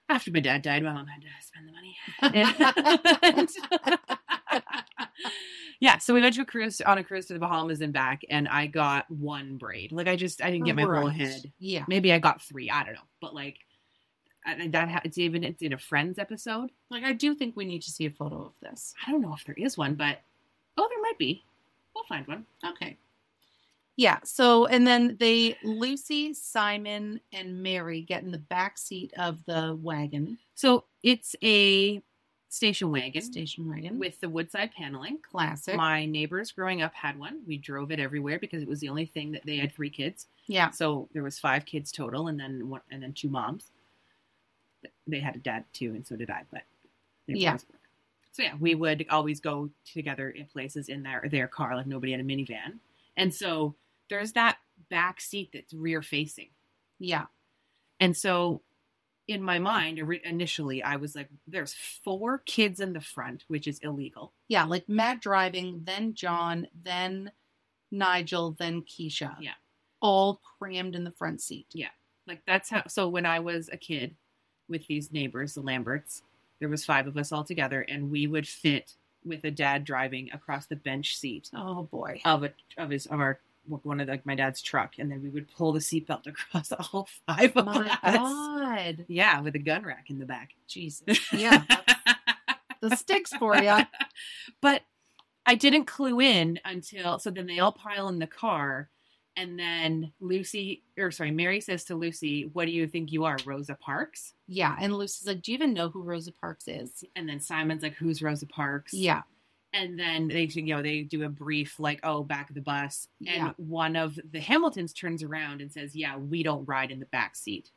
S5: after my dad died my mom had to spend the
S3: [LAUGHS]
S5: money And- [LAUGHS] yeah so we went to a cruise on a cruise to the bahamas and back and i got one braid like i just i didn't get my whole
S3: Right.
S5: head
S3: Yeah.
S5: maybe i got three i don't know but like I, that ha- it's even it's in a friends episode
S3: Like I do think we need to see a photo of this.
S5: I don't know if there is one, but oh, there might be. We'll find one.
S3: Okay. Yeah. So, and then they, Lucy, Simon, and Mary get in the back seat of the wagon,
S5: So it's a station wagon
S3: station wagon,
S5: with the woodside paneling.
S3: classic.
S5: My neighbors growing up had one. We drove it everywhere because it was the only thing that they had three kids.
S3: yeah.
S5: Uh, So there was five kids total, and then one, and then two moms. They had a dad too, and so did I. But they were
S3: Yeah.
S5: always- So yeah, we would always go together in places in their their car, like nobody had a minivan. And so there's that back seat that's rear facing.
S3: Yeah.
S5: And so in my mind, ori- initially, I was like, there's four kids in the front, which is illegal.
S3: Yeah. Like Matt driving, then John, then Nigel, then Keisha.
S5: Yeah.
S3: All crammed in the front seat.
S5: Like, that's how. So when I was a kid with these neighbors, the Lamberts, there was five of us all together, and we would fit with a dad driving across the bench seat
S3: Oh
S5: [LAUGHS]
S3: boy.
S5: of a of his of our one of like my dad's truck, and then we would pull the seatbelt [LAUGHS] across all five of
S3: My
S5: us.
S3: God.
S5: Yeah, with a gun rack in the back.
S3: Jesus. Yeah. the sticks for you.
S5: [LAUGHS] but I didn't clue in until so then they all pile in the car and then Lucy or sorry, Mary says to Lucy, What do you think you are, Rosa Parks?
S3: Yeah. And Lucy's like, do you even know who Rosa Parks is?
S5: And then Simon's like, Who's Rosa Parks?
S3: Yeah.
S5: And then they you know, they do a brief like, oh, back of the bus. And
S3: Yeah.
S5: one of the Hamiltons turns around and says, Yeah, we don't ride in the back seat.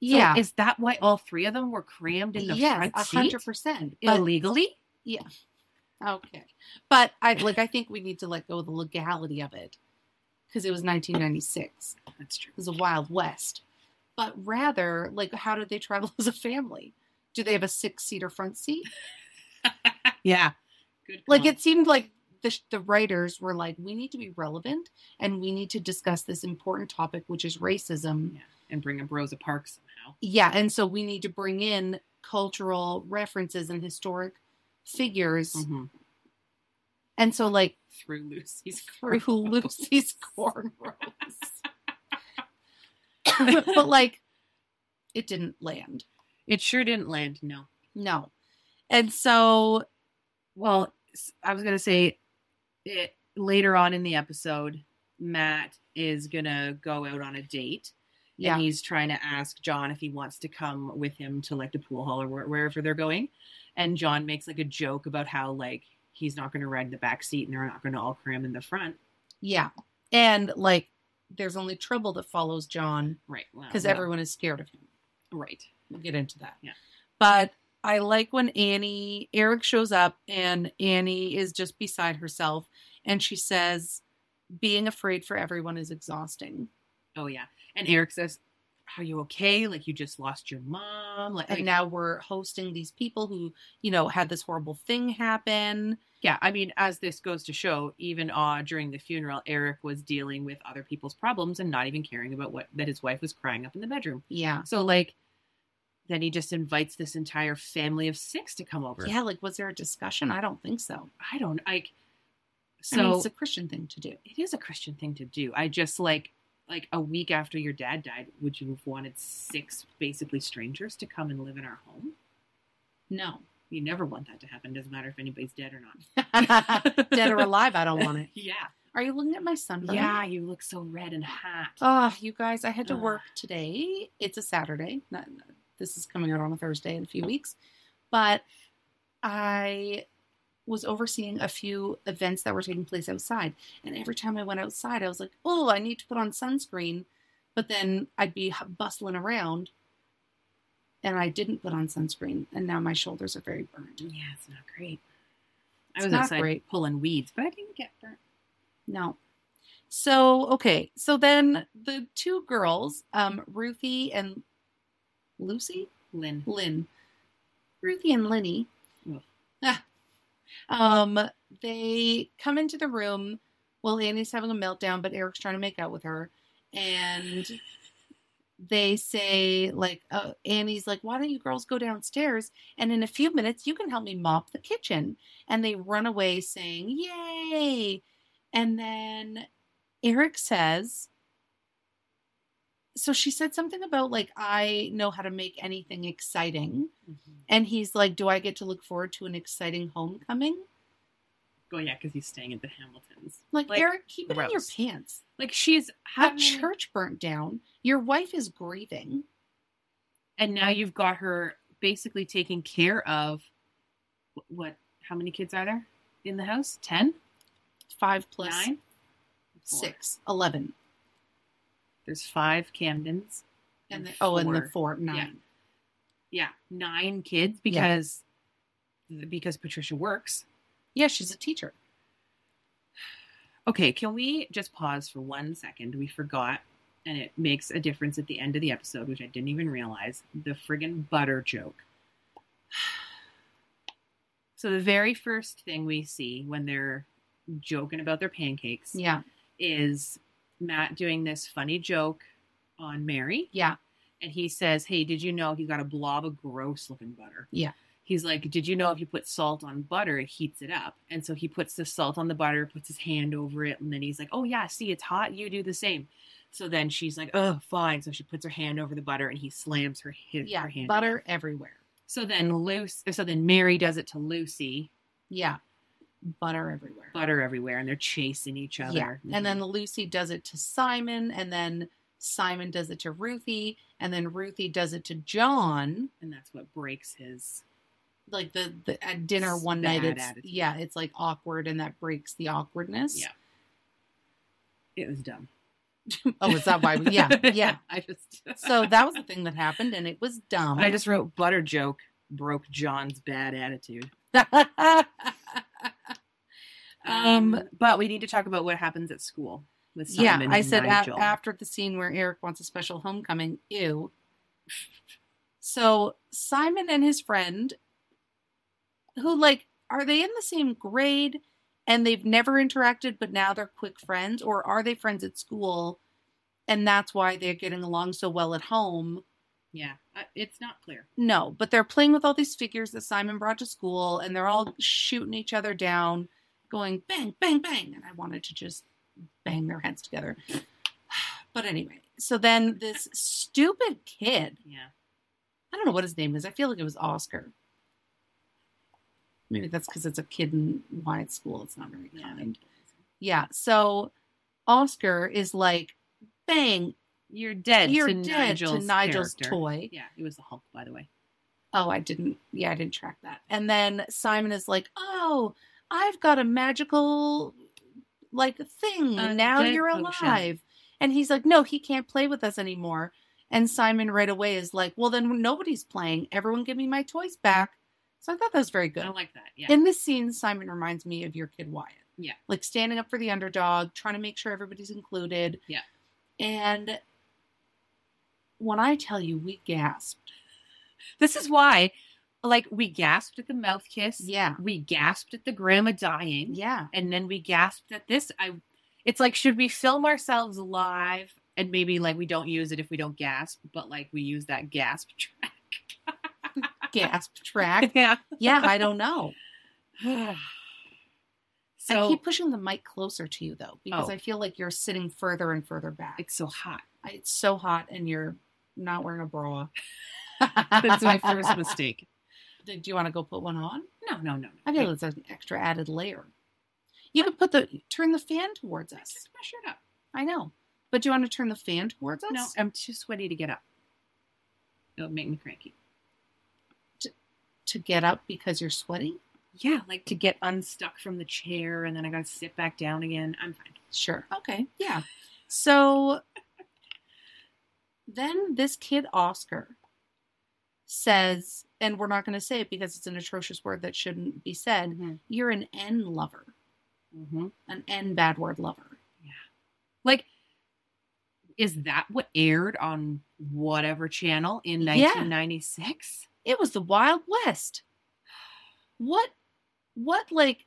S3: yeah.
S5: is that why all three of them were crammed in the
S3: yes,
S5: front
S3: a
S5: seat
S3: hundred percent.
S5: illegally?
S3: Okay, but I like. I think we need to let go of the legality of it because it was 1996.
S5: That's true.
S3: It was a wild west. But rather, like, how did they travel [LAUGHS] as a family? Do they have a six-seater front seat?
S5: Yeah. Good
S3: Like, it seemed like the the writers were like, we need to be relevant and we need to discuss this important topic, which is racism.
S5: and bring up Rosa Parks somehow.
S3: Yeah, and so we need to bring in cultural references and historic figures.
S5: Mm-hmm.
S3: And so, like,
S5: Through [LAUGHS] Lucy's
S3: through [LAUGHS]
S5: crew.
S3: Lucy's cornrows. [LAUGHS] but like, it didn't land.
S5: It sure didn't land, no.
S3: No. And so,
S5: Well, s- I was gonna say it later on in the episode, Matt is gonna go out on a date.
S3: yeah,
S5: And he's trying to ask John if he wants to come with him to like the pool hall or where- wherever they're going. And John makes like a joke about how like he's not gonna ride in the back seat and they're not gonna all cram in the front.
S3: yeah. And like, there's only trouble that follows John
S5: Right. well,
S3: because
S5: well,
S3: everyone is scared of him.
S5: right.
S3: We'll get into that.
S5: Yeah.
S3: But I like when Annie, Eric shows up and Annie is just beside herself and she says, being afraid for everyone is exhausting.
S5: Oh yeah. And Eric says, Are you okay? Like you just lost your mom. Like,
S3: And now we're hosting these people who, you know, had this horrible thing happen.
S5: Yeah, I mean, as this goes to show, even uh, during the funeral, Eric was dealing with other people's problems and not even caring about what that his wife was crying up in the bedroom.
S3: Yeah.
S5: So like, then he just invites this entire family of six to come over.
S3: Yeah, like was there a discussion? I don't think so.
S5: I don't like.
S3: So
S5: So
S3: it's a Christian thing to do.
S5: it is a Christian thing to do. I just like like a week after your dad died, would you have wanted six basically strangers to come and live in our home?
S3: No.
S5: You never want that to happen. Doesn't matter if anybody's dead or not.
S3: [LAUGHS] Dead
S5: [LAUGHS]
S3: or alive, I don't want it.
S5: Yeah.
S3: Are you looking at my sunburn?
S5: Yeah, you look so red and hot.
S3: Oh, you guys, I had to
S5: Ugh.
S3: work today. It's a Saturday. Not, this is coming out on a Thursday in a few weeks. But I was overseeing a few events that were taking place outside. And every time I went outside, I was like, oh, I need to put on sunscreen. But then I'd be h- bustling around and I didn't put on sunscreen. And now my shoulders are very burned.
S5: Yeah, it's not great.
S3: It's
S5: I was
S3: not
S5: outside
S3: great.
S5: pulling weeds, but I didn't get burnt.
S3: No. So, okay. So then the two girls, um, Ruthie and Lucy?
S5: Lynn.
S3: Lynn, Ruthie and Lenny.
S5: Oh.
S3: Ah. Um, they come into the room. Well, Annie's having a meltdown, but Eric's trying to make out with her, and they say like, uh, Annie's like, "Why don't you girls go downstairs? And in a few minutes, you can help me mop the kitchen." And they run away saying, "Yay!" And then Eric says, so she said something about like I know how to make anything exciting, and he's like, "Do I get to look forward to an exciting homecoming?"
S5: Oh yeah, because he's staying at the Hamiltons.
S3: Like,
S5: Like,
S3: Eric, keep it in your
S5: gross.
S3: pants.
S5: Like she's
S3: A
S5: having
S3: church burnt down. Your wife is grieving.
S5: and now you've got her basically taking care of wh- what? How many kids are there in the house? Ten,
S3: Five
S5: nine,
S3: plus
S5: six.
S3: six, eleven,
S5: There's five Camdens.
S3: and the, oh, and the
S5: four.
S3: four nine.
S5: Yeah, nine kids because because Patricia works.
S3: Yeah, she's a teacher.
S5: Okay, can we just pause for one second? We forgot, and it makes a difference at the end of the episode, which I didn't even realize the friggin' butter joke. [SIGHS] So, the very first thing we see when they're joking about their pancakes
S3: Yeah,
S5: is Matt doing this funny joke on Mary.
S3: yeah,
S5: And he says, Hey, did you know he's got a blob of gross looking butter?
S3: Yeah.
S5: He's like, Did you know if you put salt on butter, it heats it up? And so he puts the salt on the butter, puts his hand over it, and then he's like, Oh, yeah, see, it's hot. You do the same. So then she's like, Oh, fine. So she puts her hand over the butter and he slams her, his,
S3: yeah.
S5: her hand.
S3: Butter everywhere.
S5: So then Luce, so then Mary does it to Lucy,
S3: Yeah, butter everywhere.
S5: butter everywhere, and they're chasing each other.
S3: Yeah. And then Lucy does it to Simon, and then Simon does it to Ruthie, and then Ruthie does it to John.
S5: and that's what breaks his.
S3: Like the, the at dinner one night,
S5: Bad
S3: it's
S5: attitude.
S3: yeah, it's like awkward, and that breaks the awkwardness.
S5: Yeah. It was dumb.
S2: Oh, is that why?
S4: [LAUGHS]
S2: we- Yeah, yeah.
S5: [LAUGHS] I just
S3: So that was the thing that happened, and it was dumb. [LAUGHS]
S5: I just wrote butter joke broke John's bad attitude. Um, but we need to talk about what happens at school with
S3: yeah,
S5: Simon
S3: I said
S5: and
S3: a-
S5: Nigel.
S3: after the scene where Eric wants a special homecoming. Ew. So Simon and his friend, who like, are they in the same grade? And they've never interacted, but now they're quick friends, or are they friends at school? And that's why they're getting along so well at home.
S5: yeah, I- it's not clear.
S3: No, but they're playing with all these figures that Simon brought to school and they're all shooting each other down, going bang, bang, bang. And I wanted to just bang their heads together. [SIGHS] But anyway, so then this stupid kid,
S5: Yeah,
S3: I don't know what his name is. I feel like it was Oscar. Maybe that's because it's a kid in wide school. It's not very
S5: yeah.
S3: kind. Yeah. So Oscar is like, bang,
S5: You're dead.
S3: you're
S5: to
S3: dead
S5: Nigel's
S3: to Nigel's
S5: character.
S3: toy.
S5: Yeah, it was the Hulk, by the way.
S3: Oh, I didn't. Yeah, I didn't track that. And then Simon is like, "Oh, I've got a magical like thing.
S5: A
S3: now
S5: Uh, good
S3: you're
S5: potion."
S3: alive." And he's like, "No, he can't play with us anymore." And Simon right away is like, "Well, then nobody's playing. Everyone give me my toys back." So I thought that was very good.
S5: Oh, I like that. Yeah,
S3: In this scene, Simon reminds me of your kid Wyatt.
S5: Yeah.
S3: Like standing up for the underdog, trying to make sure everybody's included.
S5: Yeah.
S3: And when I tell you we gasped.
S5: this is why, like, we gasped at the mouth kiss.
S3: Yeah.
S5: we gasped at the grandma dying.
S3: Yeah.
S5: and then we gasped at this i it's like should we film ourselves live and maybe like we don't use it if we don't gasp but like we use that gasp track
S3: [LAUGHS] gasp track.
S5: [LAUGHS] yeah
S3: Yeah, I don't know. [LAUGHS]
S5: so
S3: I keep pushing the mic closer to you though, because
S5: Oh.
S3: I feel like you're sitting further and further back.
S5: it's so hot
S3: I- It's so hot and you're not wearing a bra. [LAUGHS]
S5: that's my first mistake
S3: Do you want to go put one on?
S5: no no no no
S3: I feel it's an extra added layer. You could put the turn the fan towards
S5: I
S3: us.
S5: took my shirt up
S3: I know, but do you want to turn the fan towards us?
S5: no i'm too sweaty to get up it'll make me cranky
S3: To get up because you're sweating.
S5: yeah like to get unstuck from the chair and then i gotta sit back down again i'm fine
S3: Sure. Okay. Yeah. So then this kid, Oscar, says, and we're not going to say it because it's an atrocious word that shouldn't be said you're an N lover,
S5: mm-hmm.
S3: an N bad word lover.
S5: Like, is that what aired on whatever channel in
S3: Yeah.
S5: 1996?
S3: It was the Wild West. What, what, like,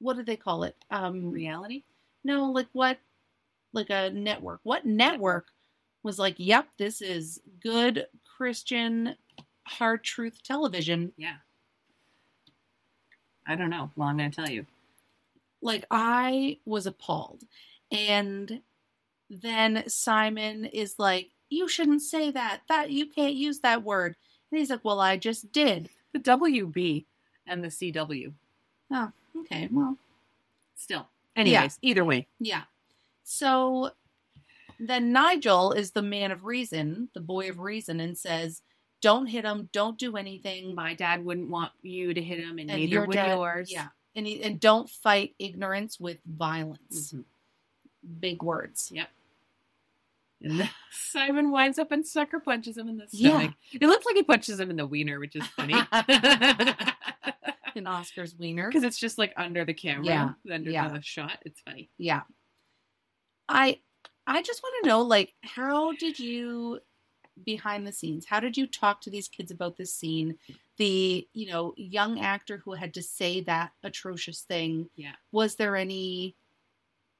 S3: what do they call it? Um,
S5: Reality?
S3: No, like what? Like a network. What network was like, yep, this is good Christian hard truth television.
S5: Yeah. I don't know. Well, I'm going to tell you.
S3: Like I was appalled. And then Simon is like, you shouldn't say that. That you can't use that word. And he's like, well, I just did.
S5: The WB and the CW.
S3: Okay, well,
S5: Still.
S3: Anyways,
S5: either way.
S3: yeah. So then Nigel is the man of reason, the boy of reason, and says, don't hit him, don't do anything.
S5: My dad wouldn't want you to hit him, and,
S3: and
S5: neither
S3: your
S5: would
S3: dad-
S5: yours.
S3: Yeah, and he, and don't fight ignorance with violence.
S5: Mhm.
S3: Big words.
S5: And then [LAUGHS] Simon winds up and sucker punches him in the
S3: Yeah.
S5: stomach. It looks like he punches him in the wiener, which is
S3: [LAUGHS]
S5: funny. [LAUGHS]
S3: In Oscar's wiener.
S5: Because it's just like under the camera, under
S3: yeah.
S5: the shot. It's funny.
S3: Yeah. I I just want to know, like, how did you behind the scenes? How did you talk to these kids about this scene? The you know young actor who had to say that atrocious thing.
S5: Yeah.
S3: Was there any,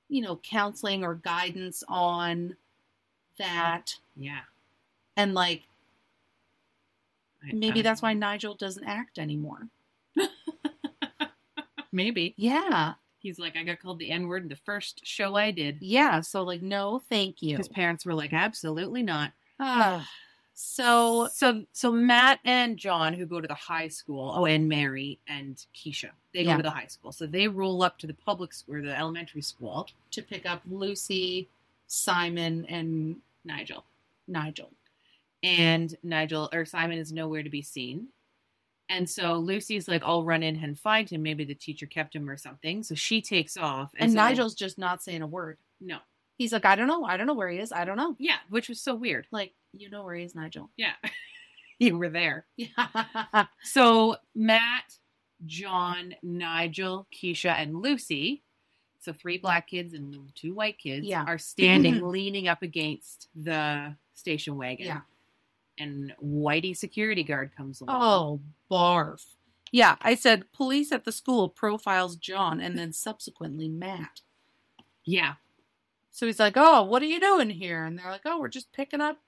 S3: you know, counseling or guidance on that?
S5: Yeah.
S3: And like,
S5: I- um,
S3: maybe
S5: I-
S3: that's why Nigel doesn't act anymore.
S5: Maybe.
S3: Yeah.
S5: He's like, I got called the N word in the first show I did.
S3: Yeah. So, like, no, thank you.
S5: His parents were like, absolutely not.
S3: Ah, so,
S5: So, so Matt and John, who go to the high school, oh, and Mary and Keisha, they go
S3: Yeah.
S5: to the high school. So they roll up to the public school or the elementary school.
S3: to pick up Lucy, Simon, and
S5: Nigel
S3: Nigel.
S5: and Nigel or Simon is nowhere to be seen. And so Lucy's like, I'll run in and find him. Maybe the teacher kept him or something. So she takes off.
S3: And
S5: so-
S3: Nigel's just not saying a word.
S5: no,
S3: He's like, I don't know. I don't know where he is. I don't know. [LAUGHS]
S5: Yeah, which was so weird.
S3: Like, you know where he is, Nigel.
S5: Yeah. [LAUGHS] you were there.
S3: Yeah.
S5: So Matt, John, Nigel, Keisha, and Lucy, so three black kids and two white kids,
S3: Yeah. [CLEARS THROAT]
S5: are standing leaning up against the station wagon.
S3: Yeah.
S5: And Whitey security guard comes along.
S3: [LAUGHS] Oh, barf. Yeah, I said police at the school profiles John and then subsequently Matt.
S5: yeah,
S3: So he's like, "Oh, what are you doing here?" And they're like, "Oh, we're just picking up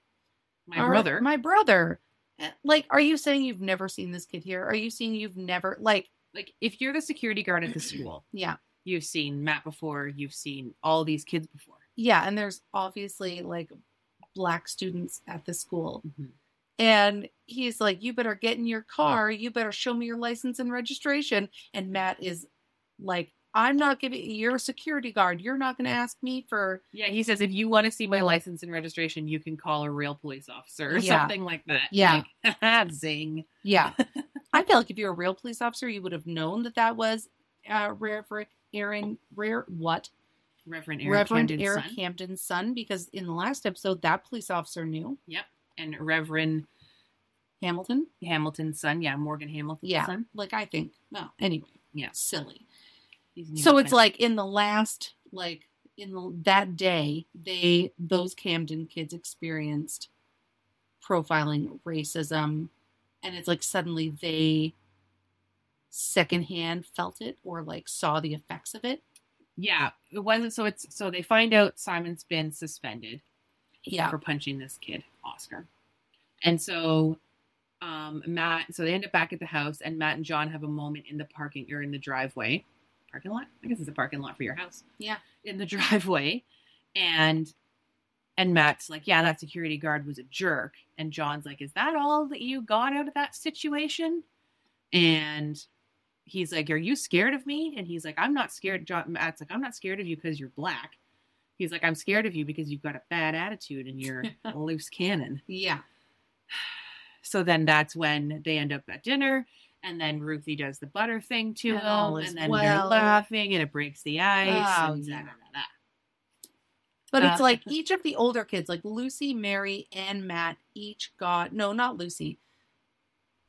S5: my
S3: our-
S5: brother.
S3: My brother. Eh, Like, are you saying you've never seen this kid here? Are you saying you've never like?
S5: like, if you're the security guard at the school,
S3: Yeah,
S5: you've seen Matt before, you've seen all these kids before.
S3: yeah. And there's obviously like black students at the school, and he's like, "You better get in your car. You better show me your license and registration." And Matt is like, "I'm not giving. You're a security guard. You're not going to ask me for."
S5: Yeah, he says if you want to see my license and registration, you can call a real police officer or
S3: Yeah.
S5: something like that.
S3: Yeah.
S5: Like, [LAUGHS] zing.
S3: Yeah. [LAUGHS] I feel like if you're a real police officer, you would have known that that was uh, Reverend Aaron, Rare, what?
S5: Reverend Aaron
S3: Reverend
S5: Camden's
S3: Eric
S5: son
S3: Camden's son, because in the last episode, that police officer knew
S5: and Reverend
S3: Hamilton.
S5: Hamilton's son. Yeah, Morgan Hamilton's
S3: Yeah.
S5: son.
S3: Like, I think, no. Anyway,
S5: Yeah.
S3: silly.
S5: He's an
S3: So it's
S5: infant.
S3: like in the last, like, in the, that day, they, those Camden kids experienced profiling racism. And it's like suddenly they secondhand felt it or like saw the effects of it.
S5: yeah, it wasn't. So it's so they find out Simon's been suspended
S3: Yeah.
S5: for punching this kid Oscar, and so um Matt. So they end up back at the house, and Matt and John have a moment in the parking or in the driveway, parking lot. I guess it's a parking lot for your house.
S3: Yeah.
S5: in the [LAUGHS] driveway, and. And Matt's like, yeah, that security guard was a jerk. And John's like, is that all that you got out of that situation? And he's like, "Are you scared of me?" And he's like, "I'm not scared." John Matt's like, "I'm not scared of you because you're black." He's like, "I'm scared of you because you've got a bad attitude and [LAUGHS] you're a loose cannon."
S3: Yeah.
S5: So then that's when they end up at dinner, and then Ruthie does the butter thing to
S3: And all
S5: him,
S3: is
S5: and then
S3: well.
S5: they're laughing, and it breaks the ice.
S3: Oh,
S5: and da,
S3: yeah.
S5: da, da, da.
S3: But it's
S5: Uh,
S3: like each of the older kids, like Lucy, Mary, and Matt, each got no, not Lucy.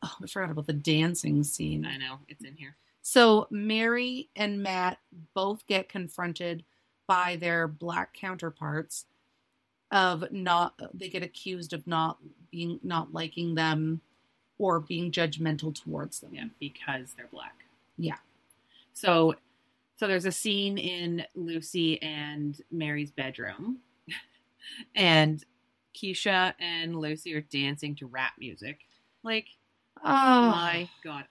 S3: Oh, I forgot about the dancing
S5: I
S3: scene.
S5: know it's in here.
S3: So Mary and Matt both get confronted by their black counterparts of not they get accused of not being not liking them or being judgmental towards them.
S5: Yeah, because they're black.
S3: Yeah.
S5: So so there's a scene in Lucy and Mary's bedroom. [LAUGHS] and Keisha and Lucy are dancing to rap music. Like,
S3: Oh
S5: my god.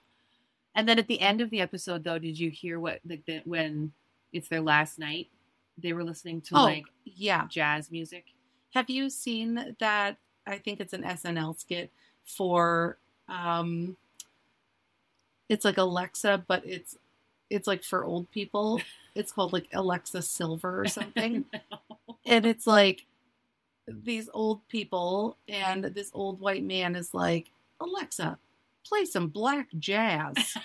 S5: And then at the end of the episode though, did you hear what like the, when it's their last night, they were listening to
S3: oh,
S5: like
S3: yeah.
S5: jazz music?
S3: Have you seen that? I think it's an SNL skit for um it's like Alexa, but it's it's like for old
S5: [LAUGHS]
S3: people. It's called like Alexa Silver or something. and it's like these old people and this old white man is like, Alexa, play some black
S5: [LAUGHS]
S3: jazz.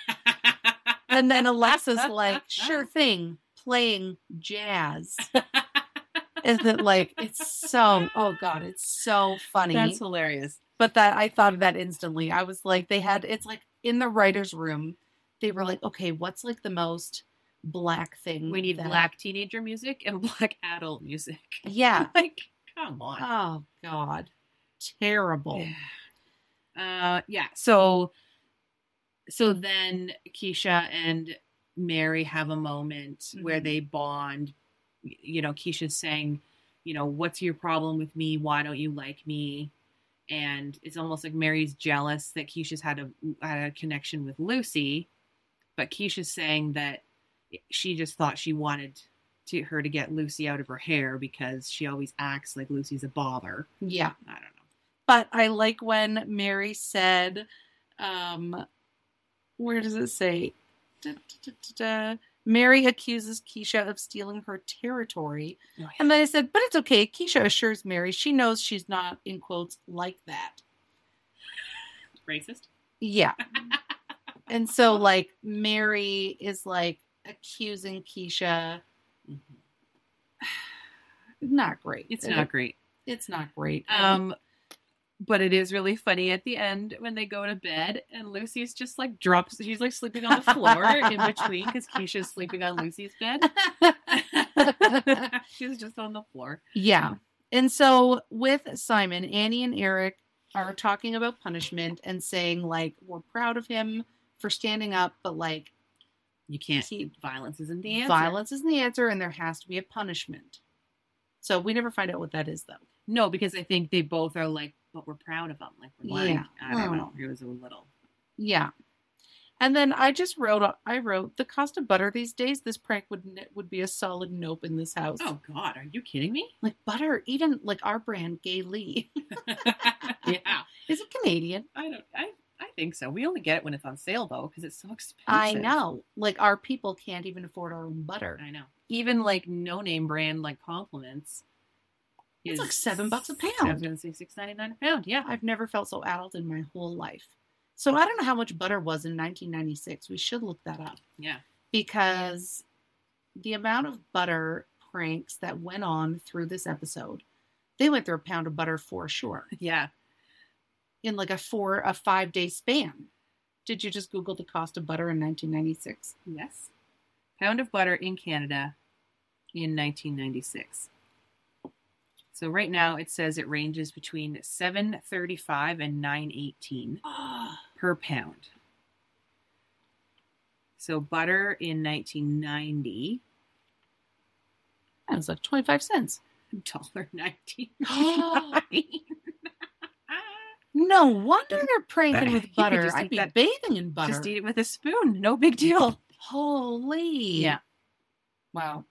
S3: And then Alexa's like, sure thing, playing jazz. Is it like it's so oh god, it's so funny.
S5: That's hilarious.
S3: but that I thought of that instantly. I was like, they had it's like in the writer's room, they were like, okay, what's like the most black thing
S5: We need
S3: that-
S5: black teenager music and [LAUGHS] black adult music. [LAUGHS]
S3: Yeah.
S5: like, come on.
S3: Oh god. Terrible.
S5: Uh, yeah. So, so then Keisha and Mary have a moment where
S3: Mhm.
S5: they bond. Y- You know, Keisha's saying, you know, what's your problem with me? Why don't you like me? And it's almost like Mary's jealous that Keisha's had a had a connection with Lucy, but Keisha's saying that she just thought she wanted to her to get Lucy out of her hair because she always acts like Lucy's a bother.
S3: Yeah.
S5: I don't know.
S3: But I like when Mary said, um, where does it say? Da, da, da, da, da. Mary accuses Keisha of stealing her territory.
S5: Oh, yeah.
S3: And then I said, but it's okay. Keisha assures Mary she knows she's not, in quotes, like that.
S5: Racist.
S3: Yeah. [LAUGHS] and so, like, Mary is like accusing Keisha. not great.
S5: It's
S3: It-
S5: not great.
S3: It's not great.
S5: Um, but it is really funny at the end when they go to bed and Lucy's just like drops. She's like sleeping on the floor in between because Keisha's sleeping on Lucy's [LAUGHS] bed.
S3: Um, [LAUGHS]
S5: [LAUGHS] she's just on the floor.
S3: Yeah. And so with Simon, Annie and Eric are talking about punishment and saying, like, we're proud of him for standing up, but like,
S5: You can't.
S3: He-
S5: violence isn't the answer.
S3: violence isn't the answer and there has to be a punishment. So we never find out what that is, though.
S5: No, because I think they both are like, but we're proud of them. Like we're like,
S3: Yeah.
S5: I don't
S3: Mm.
S5: know. He was a little.
S3: Yeah. And then I just wrote, I wrote, the cost of butter these days, this prank would n- would be a solid nope in this house.
S5: Oh God, are you kidding me? [LAUGHS]
S3: Like butter, even like our brand, Gay Lee. [LAUGHS]
S5: yeah,
S3: Is it Canadian?
S5: I don't. I I think so. We only get it when it's on sale though, because it's so expensive.
S3: I know. Like our people can't even afford our own butter.
S5: I know. Even like no name brand like compliments.
S3: It's
S5: is
S3: like seven bucks a pound.
S5: $7.66.99 a pound. Yeah.
S3: I've never felt so addled in my whole life. So I don't know how much butter was in 1996. We should look that up
S5: Yeah.
S3: because the amount of butter pranks that went on through this episode, they went through a pound of butter for
S5: [LAUGHS]
S3: sure
S5: Yeah.
S3: in like a four a five day span. Did you just Google the cost of butter in 1996?
S5: Yes. Pound of butter in Canada in 1996. So right now it says it ranges between 735
S3: [GASPS]
S5: and 918
S3: Ah.
S5: per pound. So butter in [LAUGHS] 1990,
S3: That was like 25 cents. [GASPS]
S5: [LAUGHS] $1.99.
S3: No wonder
S5: [LAUGHS]
S3: they're pranking
S5: You
S3: with
S5: could
S3: butter.
S5: just
S3: I'd
S5: eat
S3: be
S5: that-
S3: bathing in butter.
S5: Just eat it with a spoon. No big deal.
S3: Holy.
S5: Yeah.
S3: Wow.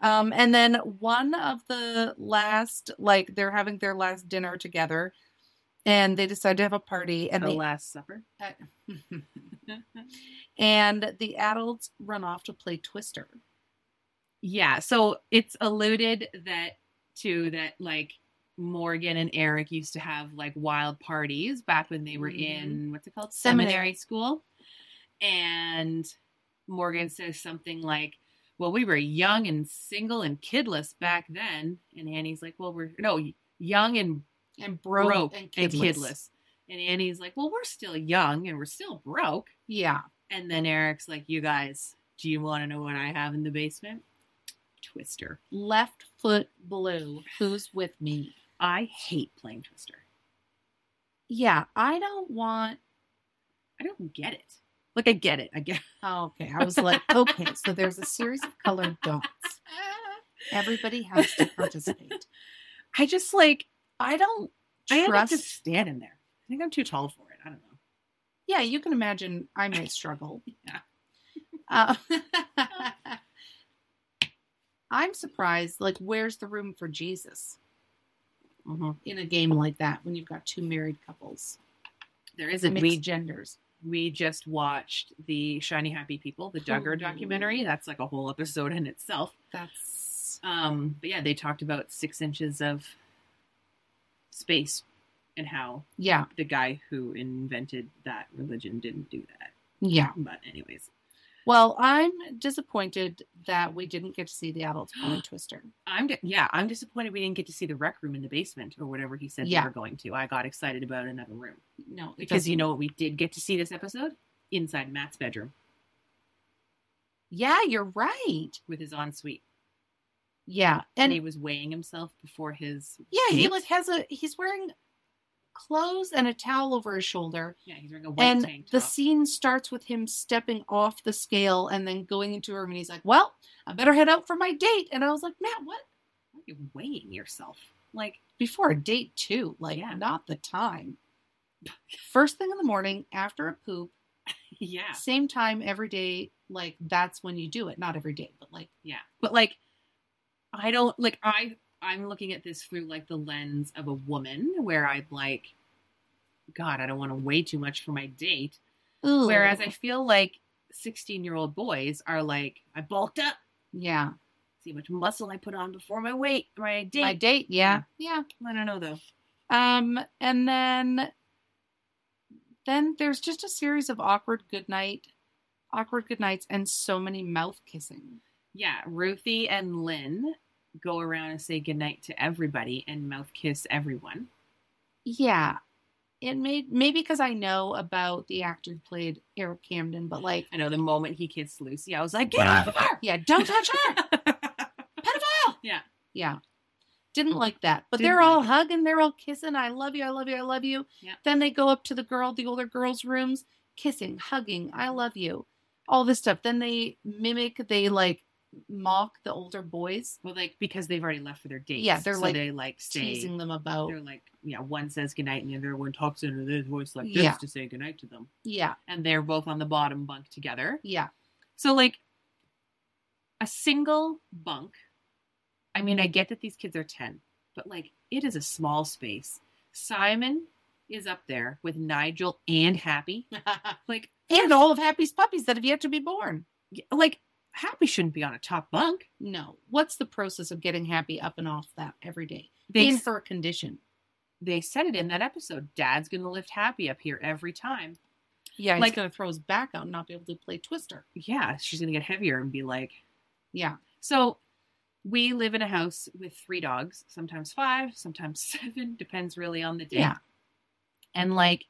S3: Um, and then one of the last, like, they're having their last dinner together and they decide to have a party and
S5: the
S3: the,
S5: Last Supper.
S3: [LAUGHS] and the adults run off to play Twister.
S5: Yeah, so it's alluded that to that like Morgan and Eric used to have like wild parties back when they were in what's it called
S3: Seminary.
S5: school, and Morgan says something like, "Well, we were young and single and kidless back then," and Annie's like, "Well, we're no young and
S3: And broke,
S5: broke,
S3: and,
S5: and
S3: kidless.
S5: kidless," and Annie's like, "Well, we're still young and we're still broke,"
S3: Yeah.
S5: and then Eric's like, "You guys, do you want to know what I have in the basement?" Twister.
S3: Left foot blue. Who's with me?
S5: I hate playing Twister.
S3: Yeah. I don't want.
S5: I don't get it. Like I get it. I get. [LAUGHS]
S3: Oh, okay. I was like, okay. So there's a series of colored dots. Everybody has to [LAUGHS] participate.
S5: I just like
S3: I don't
S5: I end up
S3: trust.
S5: just standing there. I think I'm too tall for it. I don't know.
S3: Yeah, you can imagine I might [LAUGHS] struggle.
S5: Yeah.
S3: Uh, [LAUGHS] I'm surprised. Like, where's the room for Jesus in a game like that when you've got two married couples,
S5: There
S3: the
S5: isn't.
S3: mixed
S5: We
S3: genders?
S5: we just watched the Shiny Happy People, the Duggar
S3: Ooh.
S5: documentary. That's like a whole episode in itself.
S3: That's
S5: Um, but yeah, they talked about six inches of space and how
S3: yeah,
S5: the guy who invented that religion didn't do that.
S3: yeah.
S5: But anyways,
S3: Well, I'm disappointed that we didn't get to see the [GASPS] adults playing Twister.
S5: I'm di- yeah, I'm disappointed we didn't get to see the rec room in the basement or whatever he said
S3: Yeah.
S5: we were going to. I got excited about another room
S3: No, it
S5: because you
S3: doesn't-
S5: know what we did get to see this episode inside Matt's bedroom
S3: yeah, you're right.
S5: with his ensuite,
S3: Yeah,
S5: and
S3: and
S5: he was weighing himself before his
S3: yeah, he
S5: Skates?
S3: like has a he's wearing clothes and a towel over his shoulder.
S5: yeah he's wearing a white
S3: and
S5: tank
S3: the
S5: top.
S3: scene starts with him stepping off the scale and then going into her room and he's like well i better head out for my date and i was like matt what
S5: Why are you weighing yourself? Like
S3: before a date too like
S5: Yeah.
S3: not the time first thing in the morning after a poop
S5: yeah,
S3: same time every day like that's when you do it not every day but like
S5: yeah, but like I don't like I I'm looking at this through like the lens of a woman where I'm like, God, I don't want to weigh too much for my date.
S3: ooh.
S5: Whereas I feel like 16 year old boys are like, I bulked up.
S3: yeah
S5: See how much muscle I put on before my weight, my date. Mm-hmm.
S3: my date yeah yeah
S5: I don't know though.
S3: Um, and then then there's just a series of awkward goodnight, awkward goodnights, and so many mouth kissing.
S5: Yeah, Ruthie and Lynn go around and say goodnight to everybody and mouth kiss everyone.
S3: Yeah. It made maybe because I know about the actor who played Eric Camden, but [LAUGHS] like,
S5: I know the moment he kissed Lucy, I was like, get off
S3: [LAUGHS]
S5: of her!
S3: yeah, don't touch her, pedophile.
S5: Yeah.
S3: Yeah, didn't like that. But
S5: Didn't
S3: they're all
S5: like it.
S3: hugging, they're all kissing. I love you, I love you, I love you.
S5: Yeah.
S3: Then they go up to the girl, the older girl's rooms, kissing, hugging, I love you, all this stuff. Then they mimic, they like mock the older boys,
S5: Well, like, because they've already left for their dates.
S3: Yeah, they're,
S5: so
S3: like,
S5: they like say,
S3: teasing them about
S5: They're like, yeah, one says goodnight and the other one talks into their voice like
S3: Yeah.
S5: this to say goodnight to them.
S3: yeah,
S5: And they're both on the bottom bunk together.
S3: yeah,
S5: So, like, a single bunk. I mean, I get that these kids are 10, but like, it is a small space. Simon is up there with Nigel
S3: [LAUGHS]
S5: and Happy. like,
S3: and all of Happy's puppies that have yet to be born.
S5: like Happy shouldn't be on a top bunk.
S3: No, what's the process of getting Happy up and off that every day
S5: They
S3: in her condition?
S5: they said it in that episode. Dad's gonna lift Happy up here every time.
S3: Yeah, he's
S5: Like-
S3: gonna throw his back out and not be able to play Twister.
S5: Yeah, she's gonna get heavier and be like,
S3: Yeah,
S5: So we live in a house with three dogs, sometimes five, sometimes [LAUGHS] seven, depends really on the day.
S3: Yeah.
S5: And like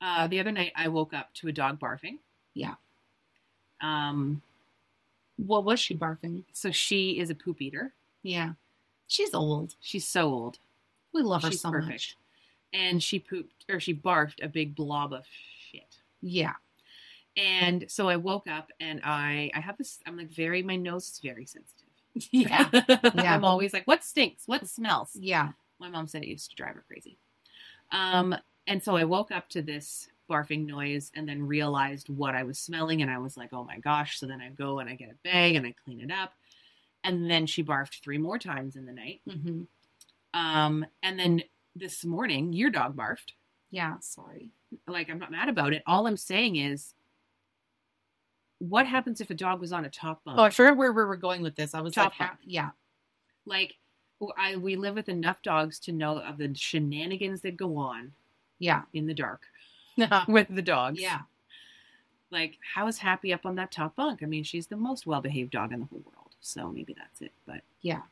S5: uh the other night I woke up to a dog barfing.
S3: Yeah.
S5: Um
S3: what was she barfing?
S5: so she is a poop eater.
S3: Yeah, she's old.
S5: She's so old.
S3: We love her
S5: She's
S3: so
S5: perfect.
S3: much.
S5: And she pooped or she barfed a big blob of shit.
S3: Yeah.
S5: And so I woke up and I I have this I'm like very my nose is very sensitive. [LAUGHS]
S3: Yeah. Yeah.
S5: I'm always like, what stinks? What smells?
S3: Yeah.
S5: My mom said it used to drive her crazy. Um, and so I woke up to this barfing noise and then realized what I was smelling. And I was like, oh my gosh. So then I go and I get a bag and I clean it up. And then she barfed three more times in the night.
S3: hmm
S5: Um, and then this morning, your dog barfed.
S3: Yeah. Sorry.
S5: Like, I'm not mad about it. All I'm saying is, what happens if a dog was on a top bunk?
S3: Oh, I forgot where we were going with this. I was
S5: Top
S3: like, ha-
S5: up.
S3: yeah.
S5: like, I, we live with enough dogs to know of the shenanigans that go on
S3: [LAUGHS] Yeah.
S5: in the dark
S3: yeah.
S5: with the dogs.
S3: Yeah.
S5: like how is happy up on that top bunk i mean she's the most well-behaved dog in the whole world so maybe that's it but
S3: Yeah.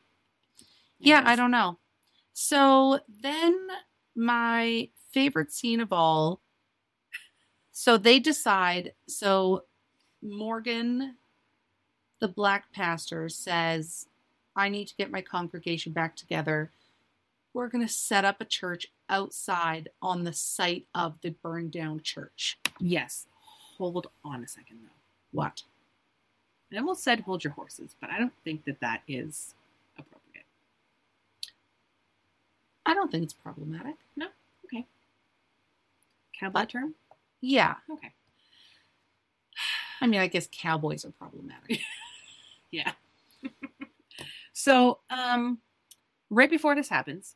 S3: Yeah. I don't know. So then my favorite scene of all. So they decide. So Morgan, the black pastor, says, I need to get my congregation back together. We're going to set up a church outside on the site of the burned down church.
S5: yes hold on a second though
S3: What?
S5: i almost said hold your horses but i don't think that that is appropriate
S3: I don't think it's problematic.
S5: cowboy term
S3: Yeah.
S5: okay
S3: I mean, I guess cowboys are problematic.
S5: yeah so um right before this happens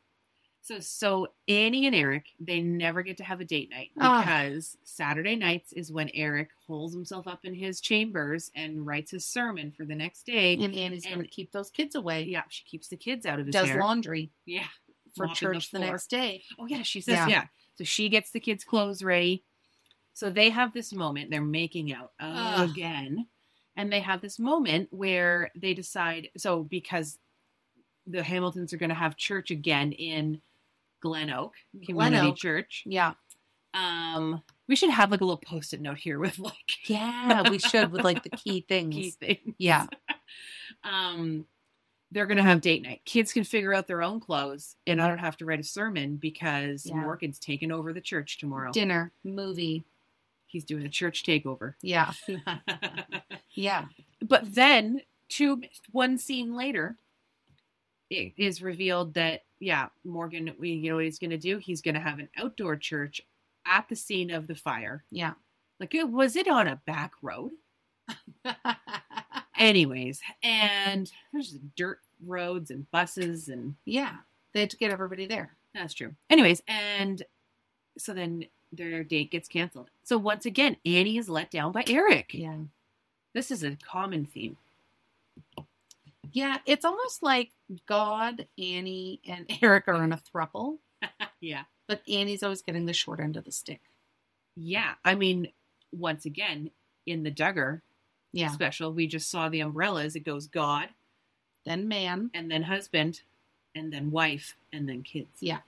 S5: so so annie and eric they never get to have a date night
S3: Ah.
S5: because saturday nights is when eric holds himself up in his chambers and writes his sermon for the next day
S3: [LAUGHS] And Annie's going to
S5: And-
S3: keep those kids away.
S5: Yeah, she keeps the kids out of his
S3: Does
S5: hair.
S3: laundry
S5: yeah.
S3: for
S5: Mopping the
S3: church the,
S5: floor.
S3: next day.
S5: Oh yeah, she says
S3: Yeah.
S5: yeah. So she gets the kids' clothes ready. So they have this moment. They're making out
S3: Ugh.
S5: again, and they have this moment where they decide. So because the Hamiltons are going to have church again in Glen Oak Community
S3: Glen Oak.
S5: Church.
S3: Yeah.
S5: Um, we should have like a little post-it note here with like
S3: Yeah, we should with like the [LAUGHS] key things.
S5: key thing.
S3: Yeah.
S5: um, they're going to have date night. Kids can figure out their own clothes, and I don't have to write a sermon because
S3: Yeah.
S5: Morgan's taking over the church tomorrow.
S3: Dinner, movie.
S5: He's doing a church takeover.
S3: Yeah. Yeah.
S5: but then, two one scene later, it is revealed that yeah, Morgan, we- you know what he's going to do? He's going to have an outdoor church at the scene of the fire.
S3: Yeah.
S5: Like, it, was it on a back road? Anyways, and there's dirt roads and buses and
S3: yeah. They had to get everybody there.
S5: That's true. Anyways, and so then their date gets canceled. So once again, Annie is let down by Eric.
S3: Yeah.
S5: This is a common theme.
S3: Yeah. It's almost like God, Annie, and [LAUGHS] Eric are in a thruple,
S5: Yeah.
S3: but Annie's always getting the short end of the stick.
S5: Yeah. I mean, once again, in the Duggar
S3: Yeah.
S5: special, we just saw the umbrellas. It goes God,
S3: then man.
S5: and then husband and then wife and then kids.
S3: Yeah.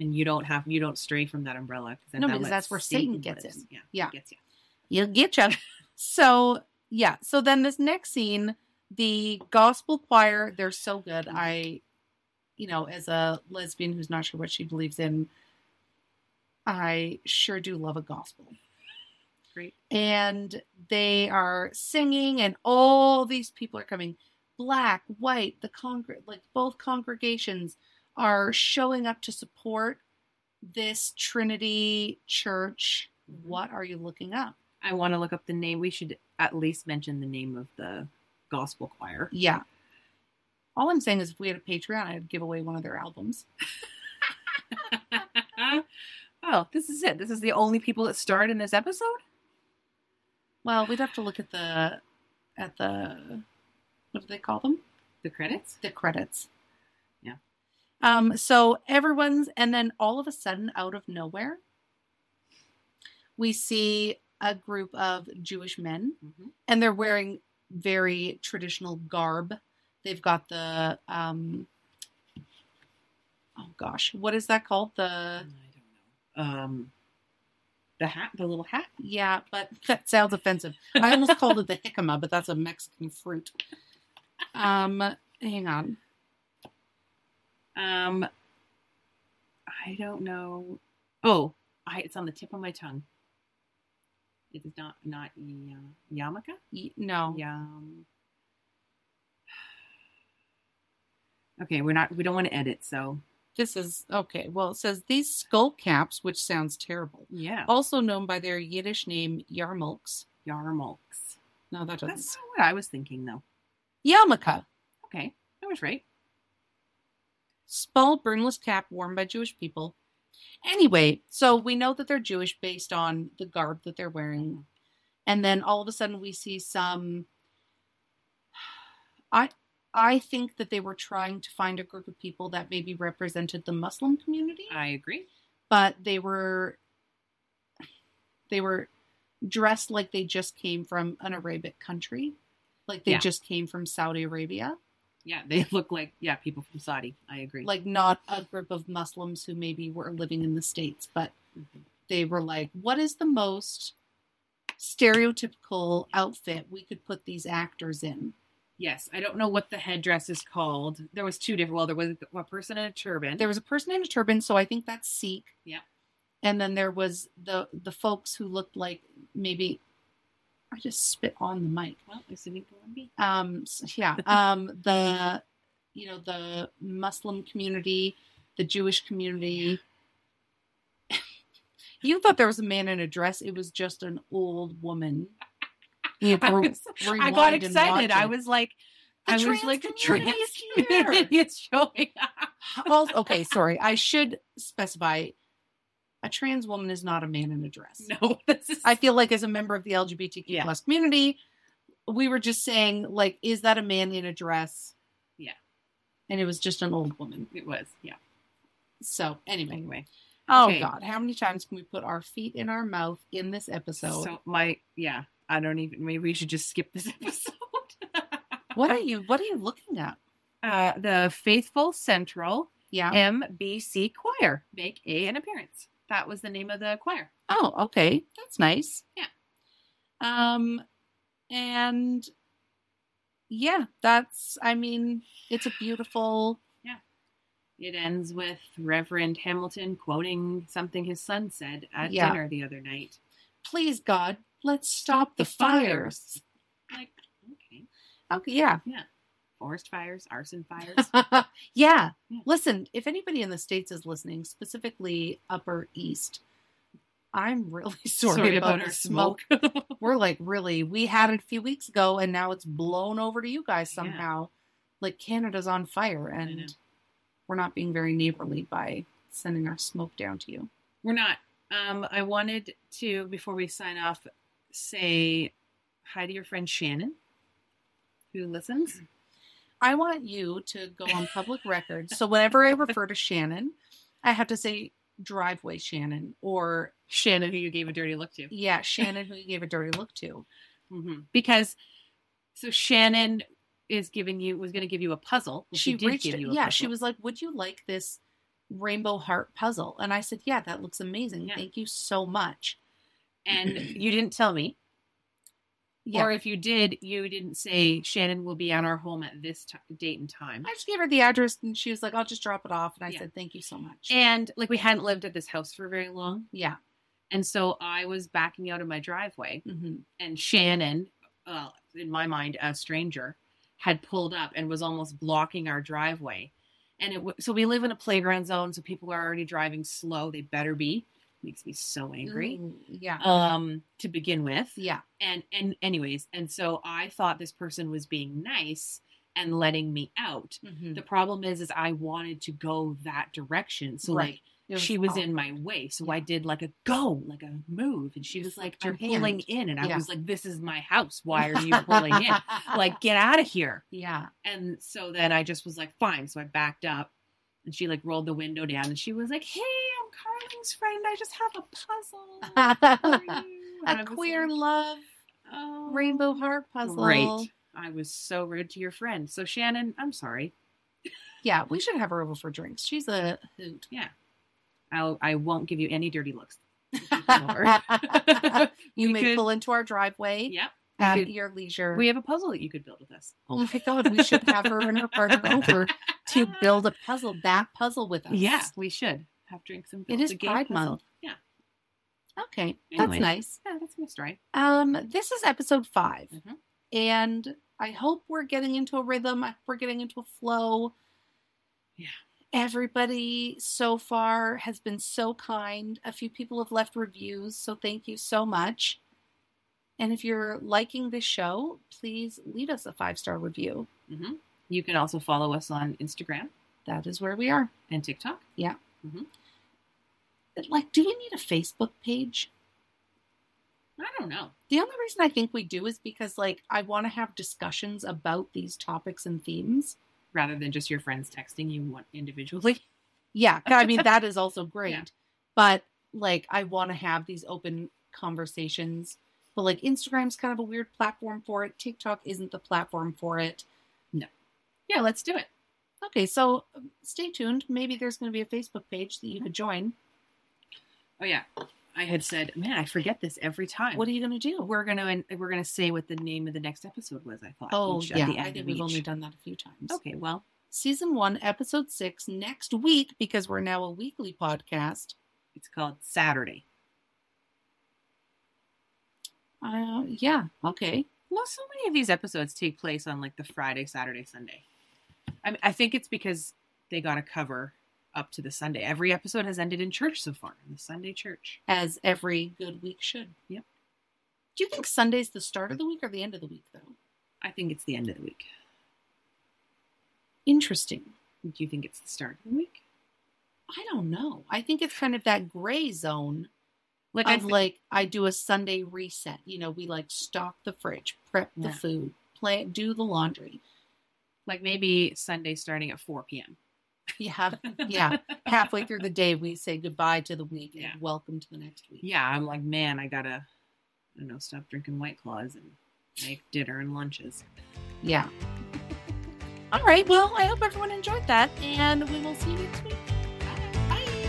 S5: And you don't have you don't stray from that umbrella then
S3: No,
S5: that
S3: because
S5: lets
S3: that's where Satan gets
S5: lives.
S3: in.
S5: Yeah.
S3: Yeah.
S5: Gets you.
S3: You'll get you. [LAUGHS] So yeah. So then this next scene, the gospel choir, they're so good. I you know, as a lesbian who's not sure what she believes in, I sure do love a gospel.
S5: Great.
S3: and they are singing and all these people are coming black white the congre like both congregations are showing up to support this trinity church what are you looking up
S5: I want to look up the name. We should at least mention the name of the gospel choir.
S3: yeah all i'm saying is if we had a patreon i'd give away one of their albums
S5: [LAUGHS] oh, this is it. This is the only people that starred in this episode?
S3: well we'd have to look at the at the what do they call them
S5: The credits?
S3: the credits.
S5: Yeah.
S3: Um, so everyone's, and then all of a sudden, out of nowhere, we see a group of Jewish men,
S5: Mhm.
S3: and they're wearing very traditional garb. They've got the, um, oh gosh, what is that called?
S5: I
S3: The,
S5: don't know. Um the hat, the little hat.
S3: yeah, but [LAUGHS] that sounds offensive. I almost called it the jicama, but that's a Mexican fruit. Um, hang on.
S5: Um I don't know. Oh, I, it's on the tip of my tongue. It is not not y- yarmulke.
S3: Y- No.
S5: Yum. [SIGHS] Okay, we're not. We don't want to edit, so
S3: This is okay. Well, it says these skull caps, which sounds terrible,
S5: yeah.
S3: also known by their Yiddish name yarmulks.
S5: Yarmulks.
S3: No, that doesn't.
S5: That's not what I was thinking, though.
S3: yarmulke,
S5: Okay, I was right.
S3: small burnless cap worn by Jewish people. Anyway, so we know that they're Jewish based on the garb that they're wearing, and then all of a sudden we see some. [SIGHS] I I think that they were trying to find a group of people that maybe represented the Muslim community.
S5: I agree.
S3: but they were they were dressed like they just came from an Arabic country, like they
S5: Yeah.
S3: just came from Saudi Arabia,
S5: Yeah, they [LAUGHS] look like yeah people from Saudi. I agree.
S3: like not a group of Muslims who maybe were living in the states, but
S5: Mhm.
S3: they were like, what is the most stereotypical outfit we could put these actors in?
S5: yes, I don't know what the headdress is called. There was two different. Well, there was a person in a turban.
S3: There was a person in a turban, so I think that's Sikh.
S5: Yeah.
S3: And then there was the the folks who looked like maybe I just spit on the mic.
S5: well, it's an equal and B.
S3: um s- yeah
S5: [LAUGHS]
S3: um the you know the muslim community the jewish community [LAUGHS] you thought there was a man in a dress it was just an old woman You
S5: [LAUGHS] I
S3: were-
S5: was-
S3: were
S5: I got
S3: wide and
S5: excited. I
S3: watching.
S5: was like,
S3: The
S5: I
S3: trans
S5: was like, the
S3: community
S5: trans [LAUGHS]
S3: is here.
S5: community is showing up. [LAUGHS]
S3: Well, okay sorry i should specify a trans woman is not a man in a dress
S5: No, this is.
S3: I feel like as a member of the LGBTQ
S5: Yeah.
S3: plus community, we were just saying like, is that a man in a dress?
S5: Yeah.
S3: And it was just an old woman.
S5: [LAUGHS] it was. Yeah.
S3: So anyway,
S5: Anyway,
S3: oh
S5: Okay.
S3: god, how many times can we put our feet in our mouth in this
S5: so,
S3: episode?
S5: my yeah, I don't even. Maybe we should just skip this [LAUGHS] episode.
S3: what are you? What are you looking at?
S5: uh, the Faithful Central
S3: Yeah.
S5: MBC Choir make a an appearance. That was the name of the choir.
S3: oh, okay, that's nice.
S5: Yeah.
S3: Um, and yeah, that's. I mean, it's a beautiful.
S5: It ends with Reverend Hamilton quoting something his son said at
S3: Yeah.
S5: dinner the other night.
S3: Please God, let's stop, the, fires.
S5: Like, okay,
S3: Okay, yeah. [LAUGHS]
S5: forest fires, arson fires.
S3: yeah.
S5: Yeah.
S3: Listen, if anybody in the States is listening, specifically Upper East, I'm really [LAUGHS] [LAUGHS] sorry, about, our smoke. We're like, really, we had it a few weeks ago and now it's blown over to you guys
S5: Yeah.
S3: somehow. Like Canada's on fire
S5: know.
S3: and we're not being very neighborly by sending our smoke down to you.
S5: We're not. Um, I wanted to, before we sign off, say hi to your friend Shannon, who listens.
S3: I want you to go on
S5: [LAUGHS]
S3: public record. So whenever I refer to Shannon, I have to say driveway Shannon or
S5: Shannon, who you gave a dirty look to. Mm-hmm.
S3: yeah, Shannon who you gave a dirty look to.
S5: hmm Because, so Shannon is giving you was going to give you a puzzle. She,
S3: she
S5: did
S3: reached
S5: give you a
S3: yeah
S5: puzzle.
S3: she was like would you like this rainbow heart puzzle and i said yeah that looks amazing
S5: Yeah.
S3: thank you so much
S5: [CLEARS THROAT] and you didn't tell me.
S3: yeah
S5: Or if you did, you didn't say Shannon will be on our home at this t- date and time.
S3: i just gave her the address and she was like i'll just drop it off and i
S5: Yeah.
S3: said thank you so much
S5: And like we hadn't lived at this house for very long,
S3: yeah
S5: and so I was backing out of my driveway,
S3: hmm
S5: and Shannon, uh, in my mind, a stranger, had pulled up and was almost blocking our driveway. And it w- so we live in a playground zone, so people are already driving slow. They better be. Makes me so angry.
S3: yeah
S5: Um, to begin with,
S3: yeah
S5: and and anyways, and so I thought this person was being nice and letting me out.
S3: Mhm.
S5: The problem is, is I wanted to go that direction, so
S3: Right.
S5: like
S3: It was
S5: she was
S3: awful.
S5: in my way. So I
S3: Yeah.
S5: did like a go, like a move. And she
S3: You
S5: was like,
S3: flipped
S5: I'm
S3: your
S5: pulling
S3: hand.
S5: in. And I
S3: Yeah.
S5: was like, this is my [LAUGHS] house. Why are you pulling
S3: [LAUGHS]
S5: in? Like, get out of here. [LAUGHS]
S3: yeah
S5: And so then I just was like, fine. So I backed up and she like rolled the window down and she was like, hey, I'm Carling's friend. I just have [LAUGHS] a puzzle. for
S3: a
S5: you." And I was
S3: queer
S5: like,
S3: love
S5: "Oh,
S3: rainbow heart puzzle
S5: Great. I was so rude to your friend. So Shannon, I'm sorry.
S3: yeah we should have her over for drinks she's
S5: [LAUGHS]
S3: a hoot
S5: I'll, I won't give you any dirty looks. if you [LAUGHS] come over.
S3: you
S5: We
S3: may
S5: could-
S3: pull into our driveway
S5: Yep.
S3: at
S5: could-
S3: your leisure
S5: We have a puzzle that you could build with us.
S3: Oh my god, we should have her and her partner
S5: [LAUGHS]
S3: over to build a puzzle, that puzzle with us.
S5: Yeah, we should have drinks and
S3: It
S5: build
S3: is
S5: a game
S3: Pride
S5: puzzle.
S3: Month.
S5: Yeah,
S3: Okay.
S5: Anyway.
S3: That's nice.
S5: yeah, that's my story.
S3: Um, this is episode 5
S5: Mhm.
S3: And I hope we're getting into a rhythm. I hope we're getting into a flow.
S5: Yeah.
S3: Everybody so far has been so kind. A few people have left reviews, so thank you so much. And if you're liking this show, please leave us a five star review.
S5: hmm You can also follow us on Instagram
S3: That is where we are.
S5: and TikTok.
S3: Like, do you need a Facebook page?
S5: I don't know.
S3: The only reason I think we do is because like I want to have discussions about these topics and themes.
S5: Rather than just your friends texting you one individually.
S3: Yeah, I [LAUGHS] mean that is also great.
S5: Yeah.
S3: But like I want to have these open conversations. But like Instagram's kind of a weird platform for it. TikTok isn't the platform for it.
S5: Yeah, let's do it.
S3: Okay, so um, stay tuned. Maybe there's going to be a Facebook page that you could join.
S5: Oh yeah, I had said, man, I forget this every time.
S3: What are you going to do?
S5: we're gonna we're gonna say what the name of the next episode was. I thought.
S3: Oh
S5: each
S3: yeah,
S5: At the end
S3: I think
S5: of
S3: we've
S5: each.
S3: only done that a few times.
S5: Okay, well,
S3: Season 1, episode 6 next week because we're now a weekly podcast.
S5: it's called Saturday.
S3: Uh yeah, okay.
S5: Well, so many of these episodes take place on like the Friday, Saturday, Sunday. I mean, I think it's because they got a cover up to the Sunday. Every episode has ended in church so far, in the Sunday church.
S3: as every good week should.
S5: Yep.
S3: Do you think Sunday's the start of the week or the end of the week, though?
S5: I think it's the end of the week.
S3: Interesting.
S5: Do you think it's the start of the week?
S3: I don't know. I think it's kind of that gray zone
S5: Like, I
S3: of
S5: th-
S3: like I do a Sunday reset. You know, we like stock the fridge, prep the
S5: Yeah.
S3: food, plant, do the laundry.
S5: like maybe Sunday starting at 4 [LAUGHS] p.m.
S3: Yeah, yeah. Halfway through the day, we say goodbye to the week and
S5: Yeah.
S3: welcome to the next week.
S5: Yeah, I'm like, man, I gotta, I don't know, stop drinking White Claws and make dinner and lunches.
S3: Yeah. All right. Well, I hope everyone enjoyed that, and we will see you next week. Bye. Bye.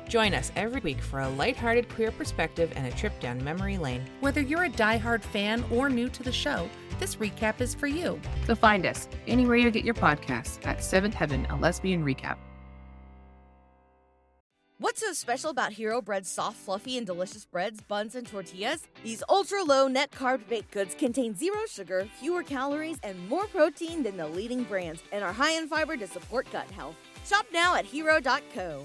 S4: Join us every week for a lighthearted queer perspective and a trip down memory lane.
S2: Whether you're a diehard fan or new to the show, this recap is for you.
S5: So find us anywhere you get your podcasts at Seventh Heaven, a lesbian recap.
S6: What's so special about Hero Bread's soft, fluffy, and delicious breads, buns, and tortillas? These ultra low net carb baked goods contain zero sugar, fewer calories, and more protein than the leading brands, and are high in fiber to support gut health.
S7: Shop now at hero.co.